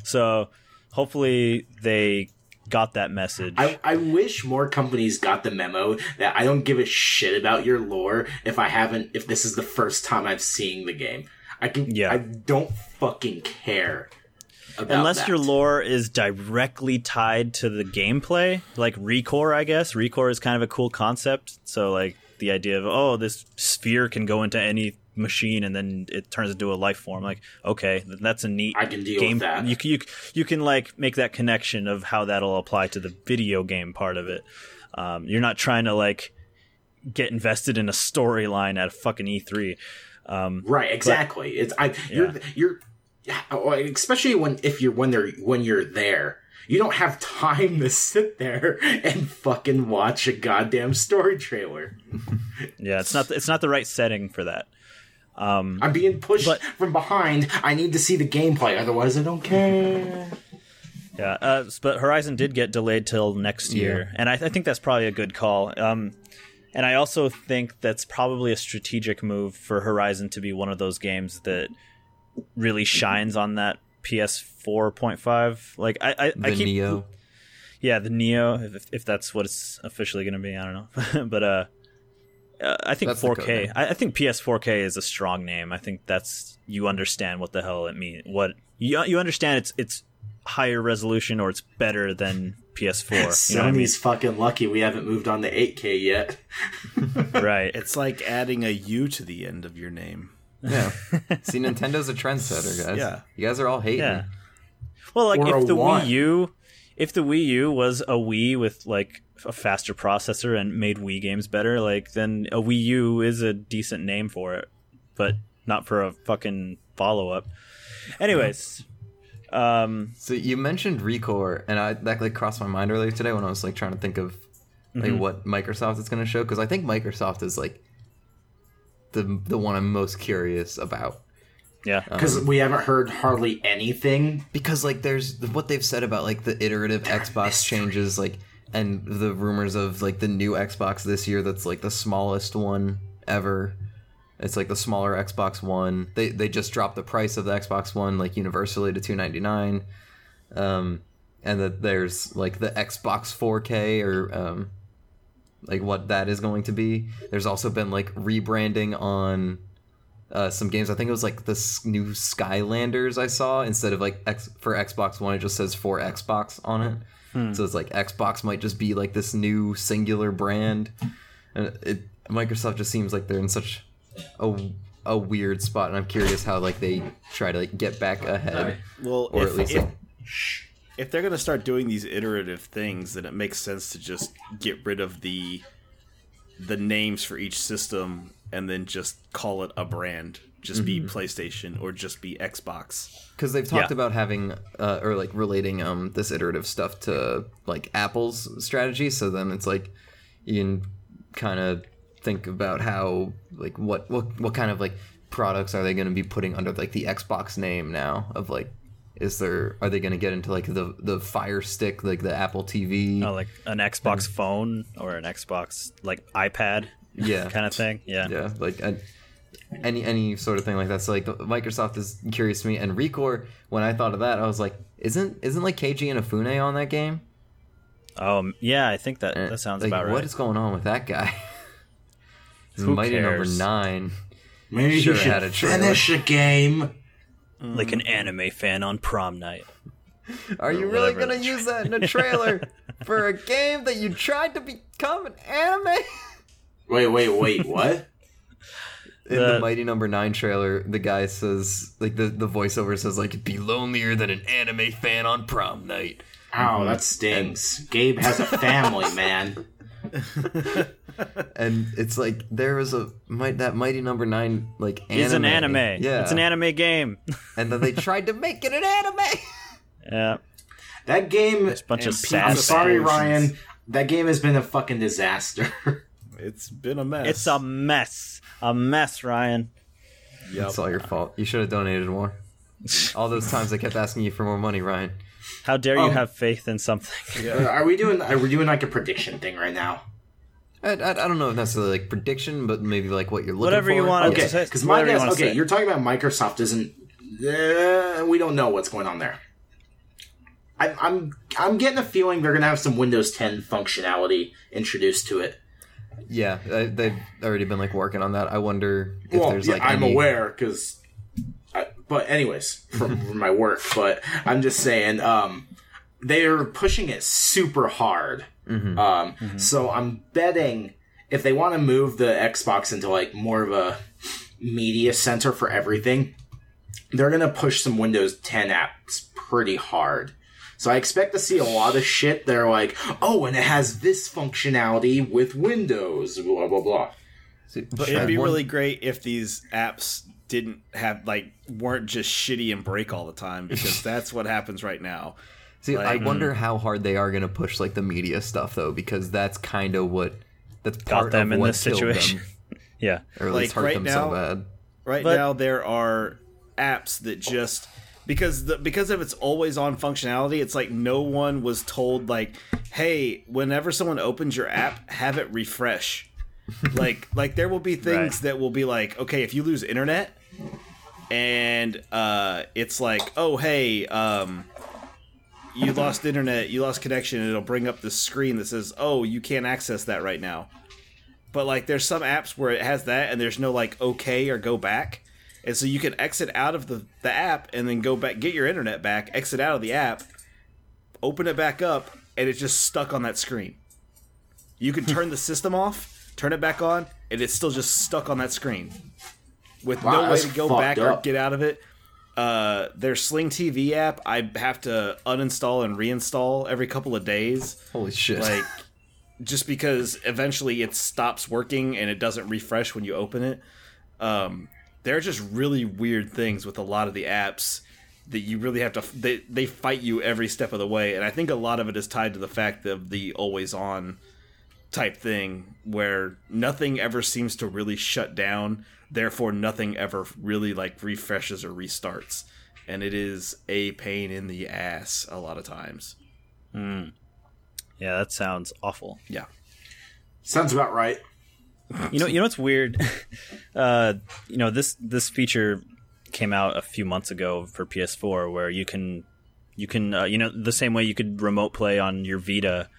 S1: so, hopefully, they got that message.
S3: I, I wish more companies got the memo that I don't give a shit about your lore if I haven't if this is the first time I'm seeing the game. I can
S1: Yeah.
S3: I don't fucking care. About
S1: Unless
S3: that.
S1: your lore is directly tied to the gameplay, like Recore, I guess. Recore is kind of a cool concept. So, like, the idea of, oh, this sphere can go into any machine and then it turns into a life form. Like, okay, th- that's a neat
S3: I can deal
S1: game.
S3: with that.
S1: You, c- you c- you can like make that connection of how that'll apply to the video game part of it. Um, you're not trying to like get invested in a storyline at fucking E E3. Um,
S3: Right, exactly. it's I you're you're oh, and especially when if you're when they're when you're there, you don't have time to sit there and fucking watch a goddamn story trailer.
S1: yeah, it's not it's not the right setting for that. Mm-hmm.
S3: I'm being pushed
S1: But-
S3: from behind. I need to see the gameplay, otherwise I don't care.
S1: Yeah, uh, s- but Horizon did get delayed till next year, and I, I think that's probably a good call. Um, and I also think that's probably a strategic move for Horizon to be one of those games that really shines on that PS 4.5. Like I, I,
S4: The
S1: I keep
S4: Neo.
S1: yeah, the Neo, if, if that's what it's officially going to be, I don't know. *laughs* but uh, uh, I think
S4: That's the code
S1: 4K.
S4: name.
S1: I, I think PS4K is a strong name. I think that's you understand what the hell it means. What you you understand it's it's higher resolution or it's better than PS4. You know what I mean?
S3: Sony's fucking lucky we haven't moved on to 8K yet.
S1: right?
S2: It's like adding a U to the end of your name.
S4: Yeah. *laughs* See, Nintendo's a trendsetter, guys.
S2: Yeah.
S4: You guys are all hating.
S1: Yeah. Well, like
S3: Or a
S1: if the
S3: one.
S1: Wii U, if the Wii U was a Wii with like a faster processor and made Wii games better, like then a Wii U is a decent name for it, but not for a fucking follow up. Anyways, um,
S4: So you mentioned Recore, and I that like crossed my mind earlier today when I was like trying to think of like
S1: Mm-hmm.
S4: what Microsoft is going to show because I think Microsoft is like the the one I'm most curious about
S1: yeah,
S3: Because we haven't heard hardly anything.
S4: because like there's what they've said about like the iterative Xbox changes like and the rumors of like the new Xbox this year that's like the smallest one ever. It's like the smaller Xbox One. They they just dropped the price of the Xbox One like universally to 299. Um and that there's like the Xbox 4K or um like what that is going to be. There's also been like rebranding on uh, some games. I think it was like this new Skylanders I saw instead of like X for Xbox One, it just says for Xbox on it. So it's like Xbox might just be like this new singular brand, and it Microsoft just seems like they're in such a a weird spot, and I'm curious how like they try to like get back ahead,
S2: Well,
S4: or
S2: if,
S4: at least
S2: if,
S4: like,
S2: if they're going to start doing these iterative things, then it makes sense to just get rid of the the names for each system and then just call it a brand. Just be
S4: Mm-hmm.
S2: PlayStation or just be Xbox.
S4: because they've talked
S1: Yeah.
S4: about having uh, or like relating um this iterative stuff to like Apple's strategy. So then it's like you can kind of think about how like what what what kind of like products are they going to be putting under like the Xbox name now of like is there are they going to get into like the the Fire Stick like the Apple TV
S1: Uh, like an Xbox phone or an Xbox like iPad,
S4: Yeah.
S1: kind of thing. Yeah,
S4: yeah like I, any any sort of thing like that so like microsoft is curious to me and recore when i thought of that i was like isn't isn't like kg and afune on that game
S1: um, yeah, I think that that sounds
S4: Eh, Uh, like,
S1: about right.
S4: What is going on with
S1: *laughs*
S4: that guy? He's
S1: Who
S4: mighty
S1: cares?
S4: number nine.
S3: Maybe
S4: Sure
S3: you should
S4: had a trailer.
S3: finish a game.
S1: like an anime fan on prom night.
S4: Are you really
S1: whatever.
S4: gonna use that in
S1: *laughs*
S4: a trailer for a game that you tried to become an anime?
S3: Wait,
S1: *laughs*
S3: wait, wait, what?
S4: In the,
S1: The-
S4: Mighty Number Nine trailer, the guy says, like the, the voiceover says, like, be lonelier than an anime fan on prom night.
S1: Mm-hmm.
S3: Ow, that stings. Gabe has a
S1: *laughs*
S3: family, man.
S4: And it's like there was a mi- that Mighty Number Nine like anime.
S1: It's an anime.
S4: Yeah,
S1: it's an anime game. *laughs*
S4: And then they tried to make it an anime.
S1: yeah,
S3: That game.
S1: it's a bunch
S2: And
S1: of
S2: people-
S1: sad.
S3: I'm sorry,
S2: Aspirations.
S3: Ryan. That game has been a fucking disaster. *laughs*
S2: It's been a mess.
S1: It's um, a mess. A mess, Ryan.
S2: Yep.
S4: It's all your fault. You should have donated more. All those times I kept asking you for more money, Ryan.
S1: How dare you
S3: Um,
S1: have faith in
S4: *laughs*
S1: something? *laughs*
S3: Uh, are we doing? Are we doing like a prediction thing right now?
S4: I, I, I don't know if necessarily like prediction, but maybe like what you're looking
S1: Whatever
S4: for.
S1: you want.
S3: Okay,
S1: Just-
S3: because my
S1: whatever you
S3: guess.
S1: wanna
S3: okay,
S1: say.
S3: you're talking about Microsoft isn't. Uh, we don't know what's going on there. I'm, I'm I'm getting a feeling they're gonna have some Windows 10 functionality introduced to it.
S4: Yeah, I, they've already been like working on that. I wonder if
S3: well,
S4: there's
S3: yeah,
S4: like
S3: I'm
S4: any-
S3: aware because, but anyways, from, from my work. But I'm just saying, um, they're pushing it super hard.
S4: Mm-hmm.
S3: Um, so I'm betting if they want to move the Xbox into like more of a media center for everything, they're going to push some Windows 10 apps pretty hard. So I expect to see a lot of shit that are like, oh, and it has this functionality with Windows, blah, blah, blah.
S4: See,
S2: But
S4: I
S2: it'd be
S4: want-
S2: really great if these apps didn't have like weren't just shitty and break all the time because that's what happens right now.
S4: See,
S2: Like-
S4: I wonder how hard they are going to push like the media stuff though, because that's kind of what that's part
S1: got them
S4: of
S1: in
S4: what
S1: this
S4: killed
S1: situation. *laughs*
S4: them,
S1: yeah.
S4: or at
S2: Like,
S4: least hurt
S2: right
S4: them
S2: now-
S4: so bad.
S2: Right
S1: But-
S2: now there are apps that just because the because of its always on functionality, it's like no one was told like, "Hey, whenever someone opens your app, have it
S1: *laughs*
S2: refresh." like like there will be things
S1: Right.
S2: that will be like, "Okay, if you lose internet and uh it's like, "Oh, hey, um you lost internet, you lost connection, and it'll bring up this screen that says, "Oh, you can't access that right now." But like, there's some apps where it has that, and there's no like OK or go back, and so you can exit out of the the app and then go back, get your internet back, exit out of the app, open it back up, and it's just stuck on that screen. You
S3: *laughs*
S2: can turn the system off, turn it back on, and it's still just stuck on that screen with
S3: Wow,
S2: no way
S3: that's
S2: to go
S3: fucked
S2: back or
S3: up.
S2: get out of it. Uh, their Sling TV app, I have to uninstall and reinstall every couple of days
S4: Holy shit!
S2: like just because eventually it stops working and it doesn't refresh when you open it um there are just really weird things with a lot of the apps that you really have to they, they fight you every step of the way and i think a lot of it is tied to the fact of the always on type thing where nothing ever seems to really shut down therefore nothing ever really like refreshes or restarts and it is a pain in the ass a lot of times
S1: Mm. Yeah, that sounds awful.
S3: Sounds about right.
S1: You know, you know what's weird? *laughs* Uh, you know this this feature came out a few months ago for PS4, where you can you can uh, you know the same way you could remote play on your Vita,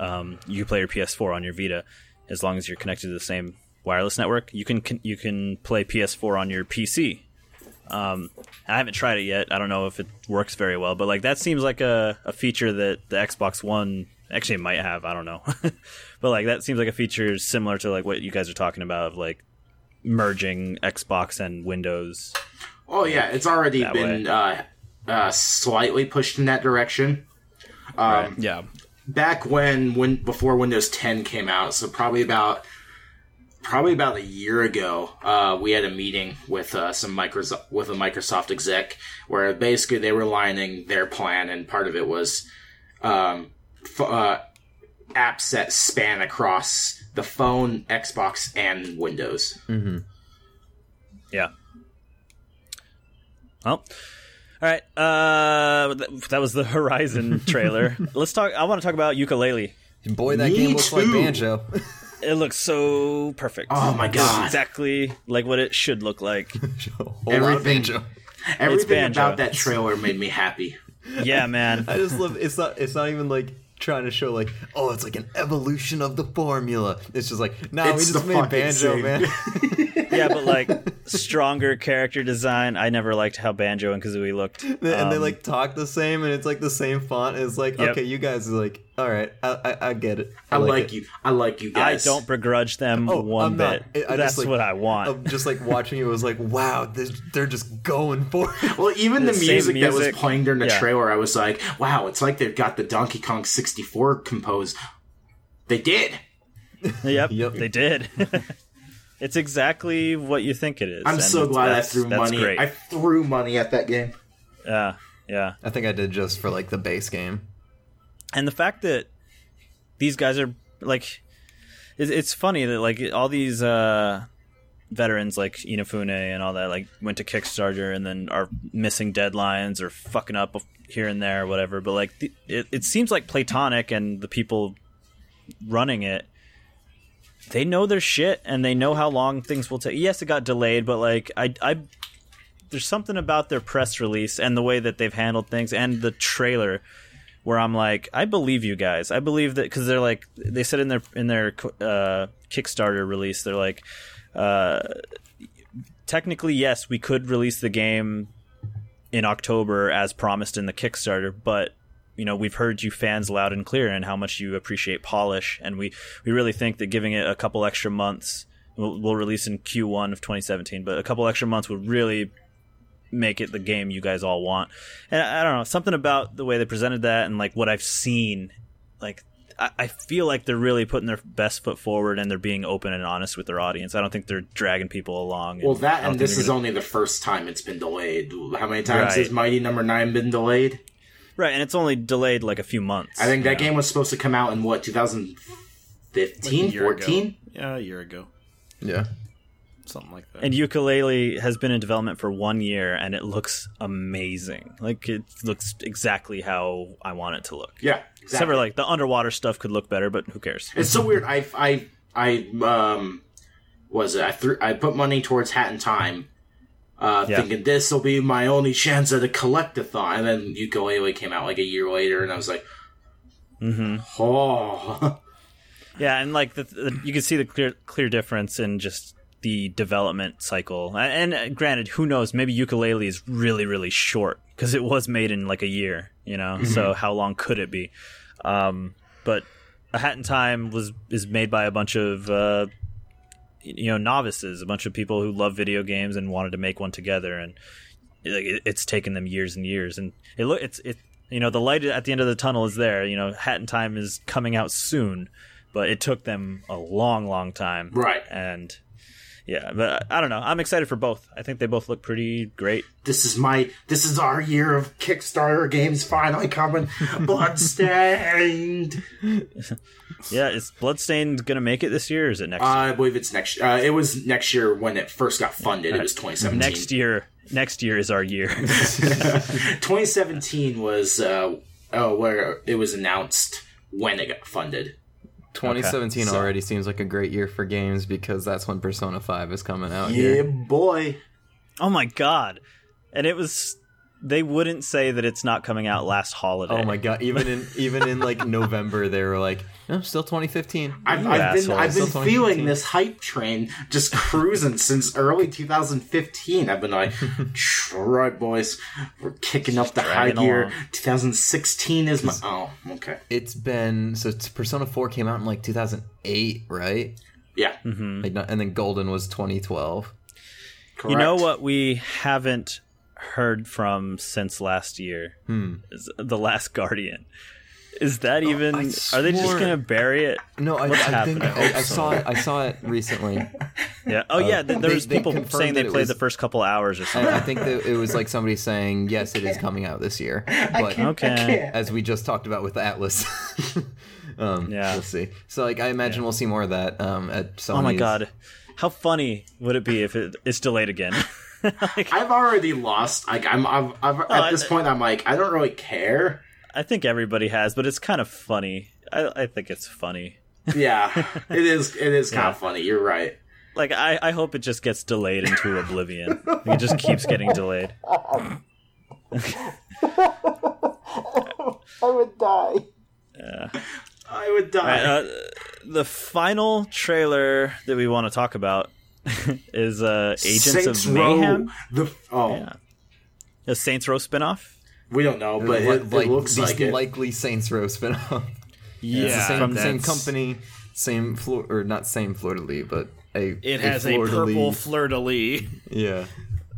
S1: um, you could play your PS4 on your Vita as long as you're connected to the same wireless network. You can, can you can play PS4 on your PC. Um, I haven't tried it yet. I don't know if it works very well, but like that seems like a, a feature that the Xbox One actually it might have. I don't know, *laughs* but like that seems like a feature similar to like what you guys are talking about of like merging Xbox and Windows.
S3: Oh yeah, it's already
S1: That
S3: been uh, uh, slightly pushed in that direction.
S2: yeah
S3: Back when when before Windows 10 came out, so probably about probably about a year ago, uh, we had a meeting with uh, some Microsoft with a Microsoft exec where basically they were lining their plan, and part of it was um, f- uh, apps that span across the phone, Xbox, and Windows.
S1: Mm.
S4: mm-hmm.
S1: Yeah. Well, all right. Uh, that, that was the *laughs* Horizon
S3: *laughs*
S1: trailer. Let's talk. I want to talk about ukulele.
S4: And *laughs* boy, that
S3: Me
S4: game looks like
S3: too.
S4: banjo. *laughs*
S1: It looks so perfect.
S3: Oh my
S1: It's
S3: God.
S1: exactly like what it should look
S3: *laughs*
S1: like.
S4: A whole lot of
S3: Everything.
S4: banjo.
S3: Everything
S1: banjo.
S3: about that trailer made me happy.
S1: yeah, man.
S4: I just love. It's not. It's not even like trying to show like, oh, it's like an evolution of the formula. It's just like, nah,
S3: It's
S4: we
S3: the
S4: just made
S3: fucking
S4: banjo,
S3: same. *laughs*
S4: man.
S1: Yeah, but like stronger character design. I never liked how Banjo and Kazooie looked.
S4: and they
S1: Um,
S4: like talk the same, and it's like the same font. It's like,
S1: Yep.
S4: okay, you guys are like, all right, I, I, I get it.
S3: I like,
S4: it.
S3: you. I like you
S1: I
S3: guys.
S1: don't begrudge them
S4: Oh,
S1: one
S4: I'm
S1: bit.
S4: not. I- I
S1: That's
S4: just, like- um,
S1: what I want.
S4: of just like watching it was like, wow, this, they're just going for it. *laughs*
S3: Well, even the,
S1: The same
S3: music, that was
S1: music.
S3: playing during the
S1: Yeah.
S3: trailer, I was like, wow, it's like they've got the Donkey Kong 64 composed. They did.
S1: *laughs* Yep,
S4: Yep.
S1: they did. *laughs* it's exactly what you think it is.
S3: I'm
S1: and
S3: so
S1: it's-
S3: glad I
S1: that's-
S3: threw
S1: that's
S3: money.
S1: Great.
S3: I threw money at that game.
S1: Yeah, yeah.
S4: I think I did just for like the base game.
S1: and the fact that these guys are like it, it's funny that like all these uh veterans like inafune and all that like went to kickstarter and then are missing deadlines or fucking up here and there or whatever but like the, it, it seems like platonic and the people running it they know their shit and they know how long things will take yes it got delayed but like i i there's something about their press release and the way that they've handled things and the trailer where I'm like, I believe you guys. I believe that because they're like they said in their in their uh, Kickstarter release, they're like, uh, technically yes, we could release the game in October as promised in the Kickstarter, but you know we've heard you fans loud and clear and how much you appreciate polish, and we we really think that giving it a couple extra months we'll, we'll release in Q1 of 2017, but a couple extra months would really make it the game you guys all want. And I, I don't know, something about the way they presented that and like what I've seen, like I, I feel like they're really putting their best foot forward and they're being open and honest with their audience. I don't think they're dragging people along.
S3: Well,
S1: I
S3: that
S1: don't
S3: and
S1: think
S3: this
S1: they're
S3: is
S1: gonna-
S3: only the first time it's been delayed. How many times
S1: Right.
S3: has Mighty Number Nine been delayed?
S1: right, and it's only delayed like a few months.
S3: I think that
S1: you know?
S3: game was supposed to come out in what 2015,
S2: Like a year ago.
S3: 14.
S2: Yeah, a year ago,
S4: Yeah.
S2: something like that.
S1: And ukulele has been in development for one year, and it looks amazing. Like it looks exactly how I want it to look.
S3: Yeah,
S1: Except for like the underwater stuff could look better, but who cares?
S3: It's so weird. I I I um was it? I threw I put money towards Hat in Time, uh,
S1: Yeah.
S3: thinking this will be my only chance at a collectathon, and then Ukulele came out like a year later, and I was like,
S1: hmm
S3: oh, *laughs*
S1: Yeah, and like the, the, you can see the clear clear difference in just the development cycle. A- And, and granted, who knows? Maybe ukulele is really really short because it was made in like a year. You know, so how long could it be? Um, but a hat in time was is made by a bunch of uh, you know novices, a bunch of people who love video games and wanted to make one together, and like it, it's taken them years and years. And it look it's it you know the light at the end of the tunnel is there. You know, Hat in Time is coming out soon, but it took them a long, long time.
S3: right.
S1: And yeah, but I don't know. I'm excited for both. I think they both look pretty great.
S3: This is my this is our year of Kickstarter games finally coming.
S1: *laughs*
S3: Bloodstained.
S1: Yeah, is Bloodstained gonna make it this year? Or is it next? year?
S3: I believe it's next. Uh, it was next year when it first got funded. It was 2017.
S1: Next year. Next year is our year. *laughs*
S3: 2017 was uh, oh, where it was announced when it got funded.
S4: 2017
S3: so-
S4: already seems like a great year for games because that's when Persona 5 is coming out
S3: Yeah,
S4: here.
S3: boy.
S1: oh my god! And it was. They wouldn't say that it's not coming out last holiday.
S4: Oh my god! Even in even
S1: *laughs*
S4: in like November, they were like, "No, still 2015."
S3: I've,
S1: You
S3: I've been
S1: asshole.
S3: I've been
S4: Still
S3: feeling
S4: 2015.
S3: this hype train just *laughs* cruising since early 2015. I've
S1: *laughs*
S3: been like, "All right, boys, we're kicking up the high
S1: Dragging
S3: gear.
S1: along.
S3: 2016 is my oh, okay,
S4: It's been so it's- Persona 4 came out in like 2008, right?
S3: yeah,
S1: Mm-hmm.
S4: Like, not- and then Golden was 2012.
S3: correct.
S1: You know what we haven't heard from since last year
S4: Hmm.
S1: is the Last Guardian. Is that even?
S4: Oh, I
S1: are they just
S4: swore-
S1: gonna bury it?
S4: No, I,
S1: What's
S4: I think
S1: happening?
S4: I, I saw it. I saw
S1: *laughs*
S4: it recently. *laughs*
S1: Yeah. Oh yeah. Th- there
S4: Uh, they-
S1: was
S4: they
S1: people
S4: confirmed
S1: saying they
S4: that it
S1: played
S4: was-
S1: the first couple hours or something.
S4: And I think that it was like somebody
S3: *laughs*
S4: saying, "Yes, it is coming out this year." But
S1: Okay.
S4: as we just talked about with Atlas, *laughs* um,
S1: Yeah.
S4: we'll see. So like, I imagine we'll see more of that um, at some.
S1: Oh my god. How funny would it be if it, it's delayed
S4: *laughs*
S1: again? *laughs* Like,
S3: I've already lost. Like I'm, I've, I've
S1: I-
S3: at this point, I'm like, I don't really care.
S1: I think everybody has, but it's kind of funny. I, I think it's funny. *laughs*
S3: Yeah, it is. It is kind
S1: Yeah.
S3: of funny. You're right.
S1: Like I, I hope it just gets delayed into oblivion. it just keeps getting delayed.
S3: I would die.
S1: Yeah.
S3: I would
S1: All right,
S3: die.
S1: uh, the final trailer that we want to talk about *laughs* is uh, Agents
S3: Saints
S1: of
S3: Row,
S1: Mayhem,
S3: The oh,
S1: Yeah. a Saints Row spinoff.
S3: we don't know, but
S4: What-
S3: it, it looks
S4: the
S3: like it.
S4: likely Saints Row spinoff.
S2: yeah,
S4: it's the same,
S2: from
S4: same
S2: that's-
S4: company, same floor or not same floor de lis, but a
S2: It has a,
S4: fleur-de-lis.
S2: purple fleur de lis.
S4: yeah,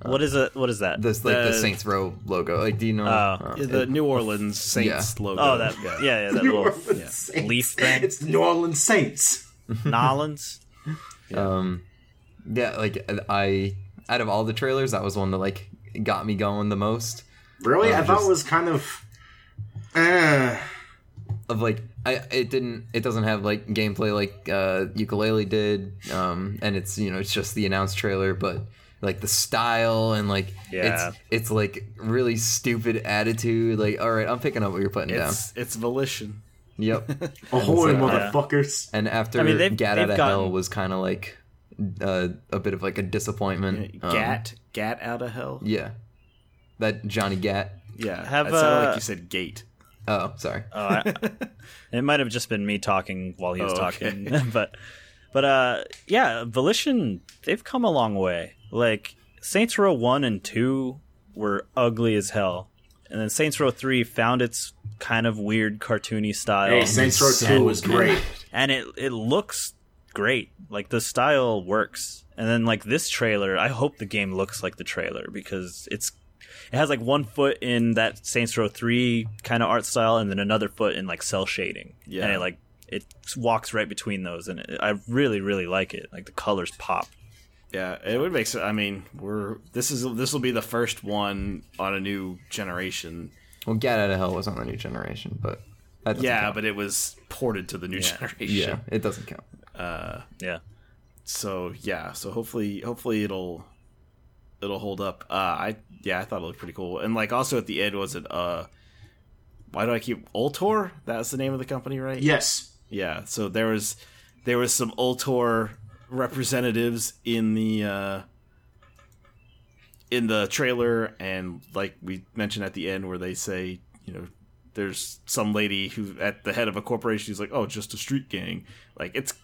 S1: What is it? What is that?
S4: this like the
S2: The-
S4: Saints Row logo. Like, do you know?
S1: Oh.
S4: uh,
S2: The New Orleans Saints logo.
S1: oh, that yeah, yeah, that
S3: New
S1: little
S3: Orleans Saints.
S1: leaf thing.
S3: It's the New Orleans Saints.
S1: Nolans.
S2: Oh.
S4: um, yeah, like I out of all the trailers, that was one that like got me going the most.
S3: Really, I
S4: Uh,
S3: thought
S4: just-
S3: it was kind of. Uh,
S4: Of like, I it didn't it doesn't have like gameplay like uh, ukulele did, um, and it's you know it's just the announced trailer, but like the style and like
S1: Yeah.
S4: it's it's like really stupid attitude. Like, all right, I'm picking up what you're putting down.
S2: It's it's Volition.
S4: Yep.
S3: oh, holy
S4: Yeah.
S3: motherfuckers!
S4: And after
S1: I mean, they've-
S4: Gat
S1: they've
S4: Outta Hell
S1: gotten-
S4: was kind of like uh, a bit of like a disappointment.
S1: Uh,
S4: Um,
S2: Gat, Gat out of hell.
S4: Yeah. That Johnny Gat.
S2: Yeah,
S1: Have,
S2: it sounded
S1: uh,
S2: like you said gate.
S4: Oh, sorry.
S1: Oh,
S2: *laughs*
S1: I, it might have just been me talking while he was
S2: Oh, okay.
S1: talking, *laughs* but but uh, yeah, Volition. They've come a long way. Like Saints Row one and two were ugly as hell, and then Saints Row three found its kind of weird cartoony style.
S3: Hey, Saints Row
S4: so
S3: Two was
S4: good.
S3: great.
S1: and it it looks great. Like the style works. And then like this trailer, I hope the game looks like the trailer because it's it has like one foot in that Saints Row 3 kind of art style and then another foot in like cell shading.
S2: Yeah.
S1: And it like it walks right between those and it, I really really like it. Like the colors pop.
S2: Yeah, it would make sense. I mean, we're this is this will be the first one on a new generation.
S4: Well, Get Out of Hell was on the new generation, but that doesn't
S2: yeah,
S4: count.
S2: but it was ported to the new *laughs*
S4: yeah,
S2: generation.
S4: it doesn't count.
S1: Yeah.
S2: So yeah, so hopefully, hopefully it'll it'll hold up. Uh, I yeah, I thought it looked pretty cool. And like also at the end was it uh, why do I keep Ultor? That's the name of the company, right?
S3: Yes.
S2: Yeah, so there was there was some Ultor representatives in the uh in the trailer and like we mentioned at the end where they say, you know, there's some lady who at the head of a corporation who's like, "Oh, just a street gang." Like it's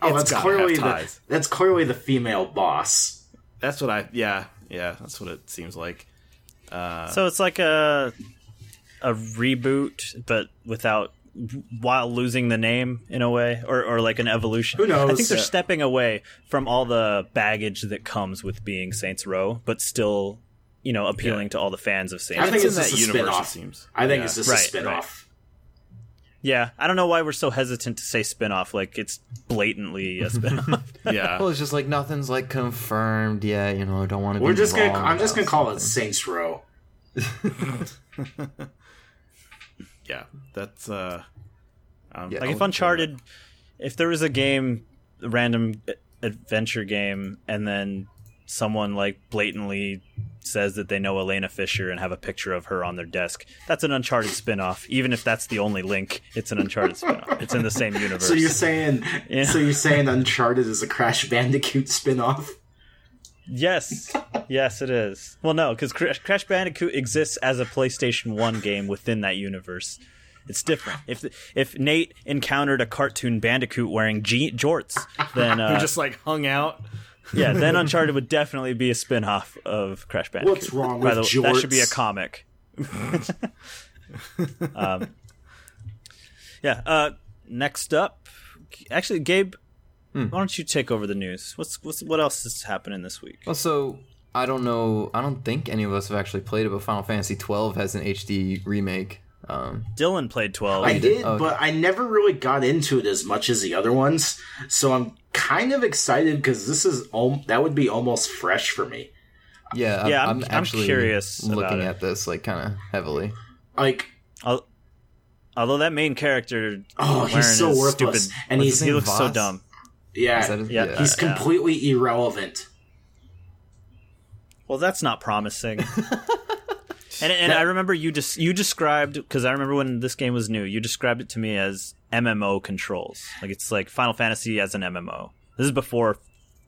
S3: Oh, that's
S2: it's gotta have
S3: clearly the,
S2: ties.
S3: that's clearly the female boss.
S2: That's what I yeah, yeah, that's what it seems like.
S1: So it's like a a reboot, but without while losing the name in a way, or or like an evolution.
S3: Who knows?
S1: I think they're
S3: Yeah.
S1: stepping away from all the baggage that comes with being Saints Row, but still, you know, appealing to all the fans of Saints.
S3: I think
S1: Row.
S3: it's
S2: in
S3: just
S2: that
S3: a
S2: universe, it
S3: spin-off.
S2: seems.
S3: I think
S2: Yeah.
S3: it's just
S1: Right,
S3: a spin-off.
S1: yeah, I don't know why we're so hesitant to say spin-off. Like it's blatantly a
S3: *laughs*
S1: spin-off.
S2: Yeah.
S4: Well, it's just like nothing's like confirmed yet. You know, I don't want to.
S3: We're
S4: be
S3: just gonna
S4: wrong
S3: I'm just gonna
S4: about
S3: call it
S4: something.
S3: Saints Row.
S2: yeah. That's uh um,
S4: Yeah.
S1: like if Uncharted, if there was a game, a random adventure game, and then someone like blatantly says that they know Elena Fisher and have a picture of her on their desk, that's an Uncharted spin-off. Even if that's the only link, it's an Uncharted spin-off. It's in the
S2: *laughs*
S1: same universe.
S3: So you're saying
S1: Yeah.
S3: so you're saying Uncharted is a Crash Bandicoot spin-off?
S1: yes, yes, it is. Well, no, because Crash Bandicoot exists as a PlayStation One game within that universe. It's different. If if Nate encountered a cartoon Bandicoot wearing je- jorts, then uh,
S2: *laughs* who just like hung out.
S1: Yeah,
S3: *laughs*
S1: then Uncharted would definitely be a spin-off of Crash Bandicoot.
S3: What's wrong
S1: By
S3: with
S1: the way, That should be a
S3: jorts? *laughs*
S1: comic. um, yeah. Uh, next up, actually, Gabe, why don't you take over the news? What's what's what else is happening this week?
S4: Well, so I don't know. I don't think any of us have actually played it, but Final Fantasy twelve has an HD remake. Um,
S1: Dylan played twelve.
S3: I did,
S4: Oh, okay.
S3: but I never really got into it as much as the other ones. So I'm kind of excited because this is om- that would be almost fresh for me.
S4: yeah,
S1: Yeah,
S4: I'm,
S1: I'm- I'm
S4: actually
S1: curious about
S4: looking
S1: it.
S4: at this like kind of heavily.
S3: Like,
S1: Al- Although that main character,
S3: oh, he's
S1: wearing
S3: so
S1: his
S3: worthless,
S1: stupid-
S3: and
S4: what's
S3: he's
S4: his
S1: he
S4: name?
S1: looks so
S4: Voss?
S1: dumb.
S4: Is that
S3: yeah,
S4: a-
S1: Yeah,
S3: he's
S1: yeah.
S3: completely irrelevant.
S1: Well, that's not
S3: *laughs*
S1: promising. and and I remember you just you described because I remember when this game was new, you described it to me as MMO controls. Like it's like Final Fantasy as an MMO. This is before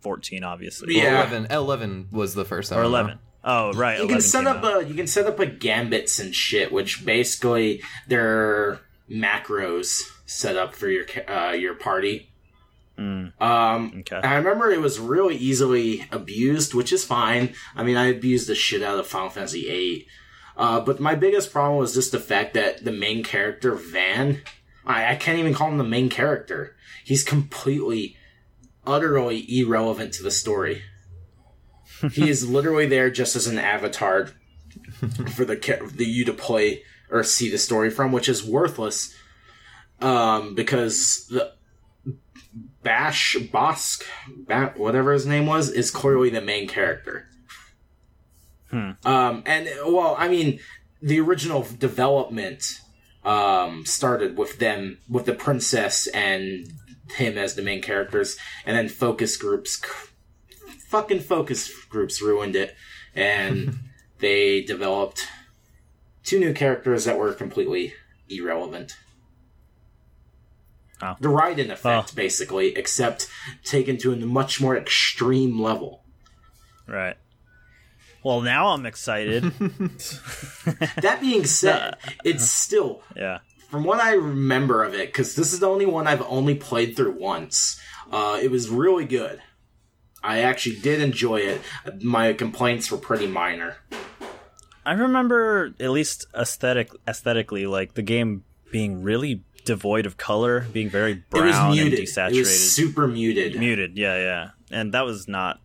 S1: 14, obviously,
S3: Yeah.
S4: eleven. Eleven was the first.
S1: or
S4: MMO.
S1: 11. Oh, right.
S3: You
S1: 11
S3: can set
S1: came
S3: up
S1: out.
S3: a you can set up a gambits and shit, which basically they're macros set up for your ca- uh, your party. Um,
S1: Okay.
S3: I remember it was really easily abused, which is fine. I mean, I abused the shit out of Final Fantasy VIII. Uh, but my biggest problem was just the fact that the main character, Van, I, I can't even call him the main character. He's completely, utterly irrelevant to the story. he is literally there just as an avatar for the, ca- the you to play or see the story from, which is worthless. Um, because the Bash Bosk, ba- whatever his name was, is clearly the main character. Um, and well, I mean, the original development um, started with them, with the princess and him as the main characters, and then focus groups, fucking focus groups ruined it, and they developed two new characters that were completely irrelevant.
S1: Oh.
S3: The Raiden effect, basically, except taken to a much more extreme level.
S1: Right. Well, now I'm
S3: *laughs*
S1: excited.
S3: That
S1: *laughs*
S3: being said, it's still
S1: yeah.
S3: from what I remember of it, because this is the only one I've only played through once. Uh, it was really good. I actually did enjoy it. My complaints were pretty minor.
S1: I remember at least aesthetic aesthetically, like the game being really devoid of color, being very brown
S3: it was muted.
S1: and desaturated,
S3: It was super muted.
S1: muted. Yeah, yeah, and that was not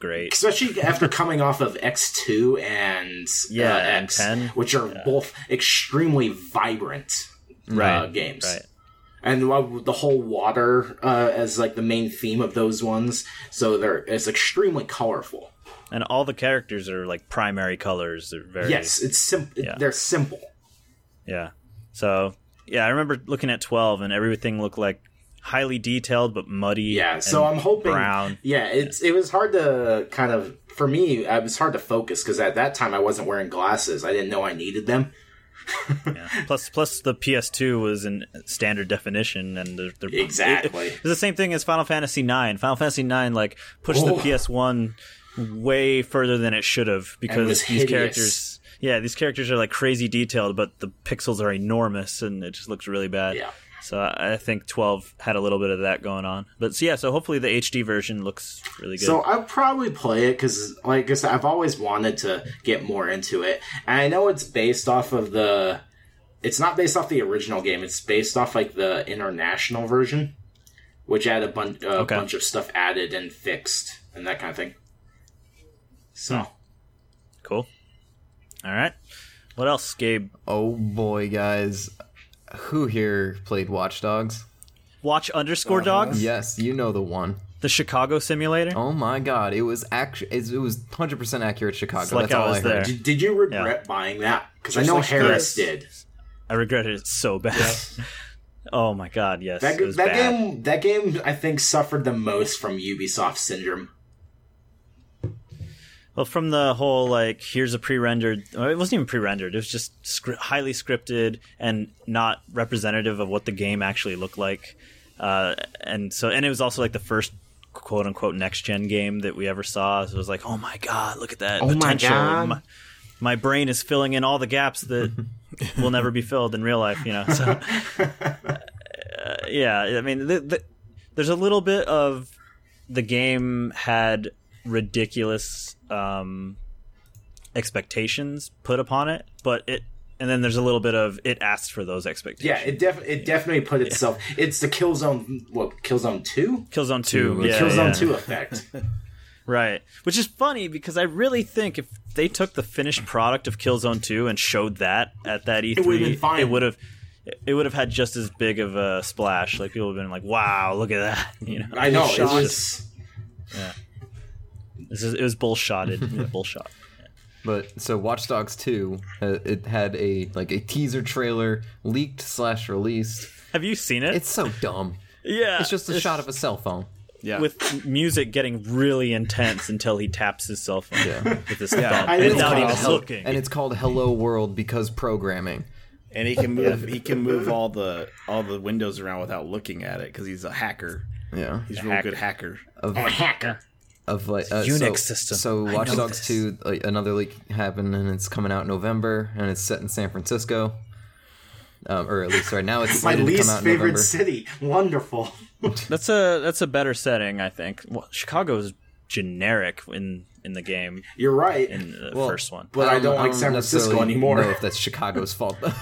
S1: great.
S3: Especially after coming off of X2 and
S1: Yeah,
S3: uh,
S1: and
S3: X,
S1: 10.
S3: which are both extremely vibrant uh,
S1: Right,
S3: games.
S1: Right.
S3: and while the whole water uh, as like the main theme of those ones so they're it's extremely colorful
S1: And all the characters are like primary colors. They're very
S3: yes it's simple
S1: Yeah.
S3: they're simple
S1: Yeah. So yeah, I remember looking at twelve and everything looked like highly detailed but muddy.
S3: yeah
S1: and
S3: so i'm hoping
S1: brown.
S3: yeah it's it was hard to kind of for me it was hard to focus because at that time i wasn't wearing glasses i didn't know i needed them
S1: Yeah. Plus, plus the PS2 was in standard definition, and they're, they're
S3: Exactly.
S1: It- it's the same thing as Final Fantasy IX. Final Fantasy IX like pushed
S3: Oh.
S1: the PS1 way further than it should have
S3: And it was
S1: because these
S3: hideous.
S1: characters, yeah, these characters are like crazy detailed, but the pixels are enormous, and it just looks really bad.
S3: yeah
S1: So I I think 12 had a little bit of that going on, but so yeah, so hopefully the HD version looks really good.
S3: So I'll probably play it because, like I said, I've always wanted to get more into it. And I know it's based off of the. It's not based off the original game. It's based off like the international version, which had a bun- a
S1: Okay.
S3: bunch of stuff added and fixed and that kind of thing. So
S1: cool. All right. What else, Gabe?
S4: Oh boy, guys, who here played Watch Dogs?
S1: Watch underscore dogs.
S4: Yes, you know the one.
S1: The Chicago Simulator.
S4: Uh-huh. Oh my god, it was actually it was 100% accurate Chicago.
S1: like
S4: That's
S1: I
S4: all
S1: was
S4: I heard.
S1: there.
S3: did, did you regret buying that? Because I know
S1: like this.
S3: Harris did.
S1: I regretted it so bad. *laughs* oh my god, yes.
S3: That,
S1: it
S3: g-
S1: was
S3: that
S1: bad.
S3: game, that game, I think suffered the most from Ubisoft syndrome.
S1: Well, from the whole like here's a pre-rendered. well, It wasn't even pre-rendered. It was just scr- highly scripted and not representative of what the game actually looked like. Uh, and so, and it was also like the first quote unquote next gen game that we ever saw. So it was like, oh my god, look at that
S3: Oh my
S1: potential.
S3: God.
S1: My, my brain is filling in all the gaps that
S3: *laughs*
S1: will never be filled in real life. You know, so. uh, yeah i mean the, the, there's a little bit of the game had ridiculous um expectations put upon it but it and then there's a little bit of it asked for those expectations
S3: Yeah, it def- it definitely put itself. It's the Killzone, what Killzone Two?
S1: killzone 2
S4: Two,
S1: yeah,
S3: Killzone
S1: yeah.
S3: 2 *laughs* effect.
S1: right which is funny because i really think if they took the finished product of killzone 2 and showed that at that e3
S3: would've been fine.
S1: it would have it would have had just as big of a splash like people have been like wow look at that *laughs* you know
S3: I know. It
S1: Shots.
S3: was,
S1: This is, it was bullshotted yeah, bullshot
S4: But so Watch Dogs 2, uh, it had a like a teaser trailer leaked slash released.
S1: Have you seen it?
S4: It's so dumb.
S1: yeah.
S4: It's just a shot of a cell phone.
S2: Yeah.
S1: *laughs* with music getting really intense until he taps his cell phone
S4: Yeah.
S1: with his thumb
S3: I
S1: and
S3: didn't
S1: not
S3: call
S1: even
S3: it.
S1: looking.
S4: And it's called Hello World because programming.
S2: and he can move he can move all the all the windows around without looking at it because he's a hacker.
S4: Yeah.
S2: He's a real good hacker.
S3: I'm a hacker.
S4: Of like uh,
S1: Unix
S4: so,
S1: system.
S4: So
S1: I
S4: Watch
S1: know
S4: Dogs
S1: this.
S4: 2, like, another leak happened and it's coming out in November and it's set in San Francisco. Um, or at least right now it's
S3: *laughs* My
S4: slated to come
S3: least
S4: out in
S3: favorite
S4: November.
S3: city. Wonderful.
S1: that's a that's a better setting, I think. Well, Chicago is generic in in the game
S3: You're right.
S1: in the
S4: Well,
S1: first one.
S3: but I
S4: Um,
S3: don't like San
S4: necessarily
S3: Francisco anymore.
S4: know if that's Chicago's fault
S3: *laughs*
S4: though.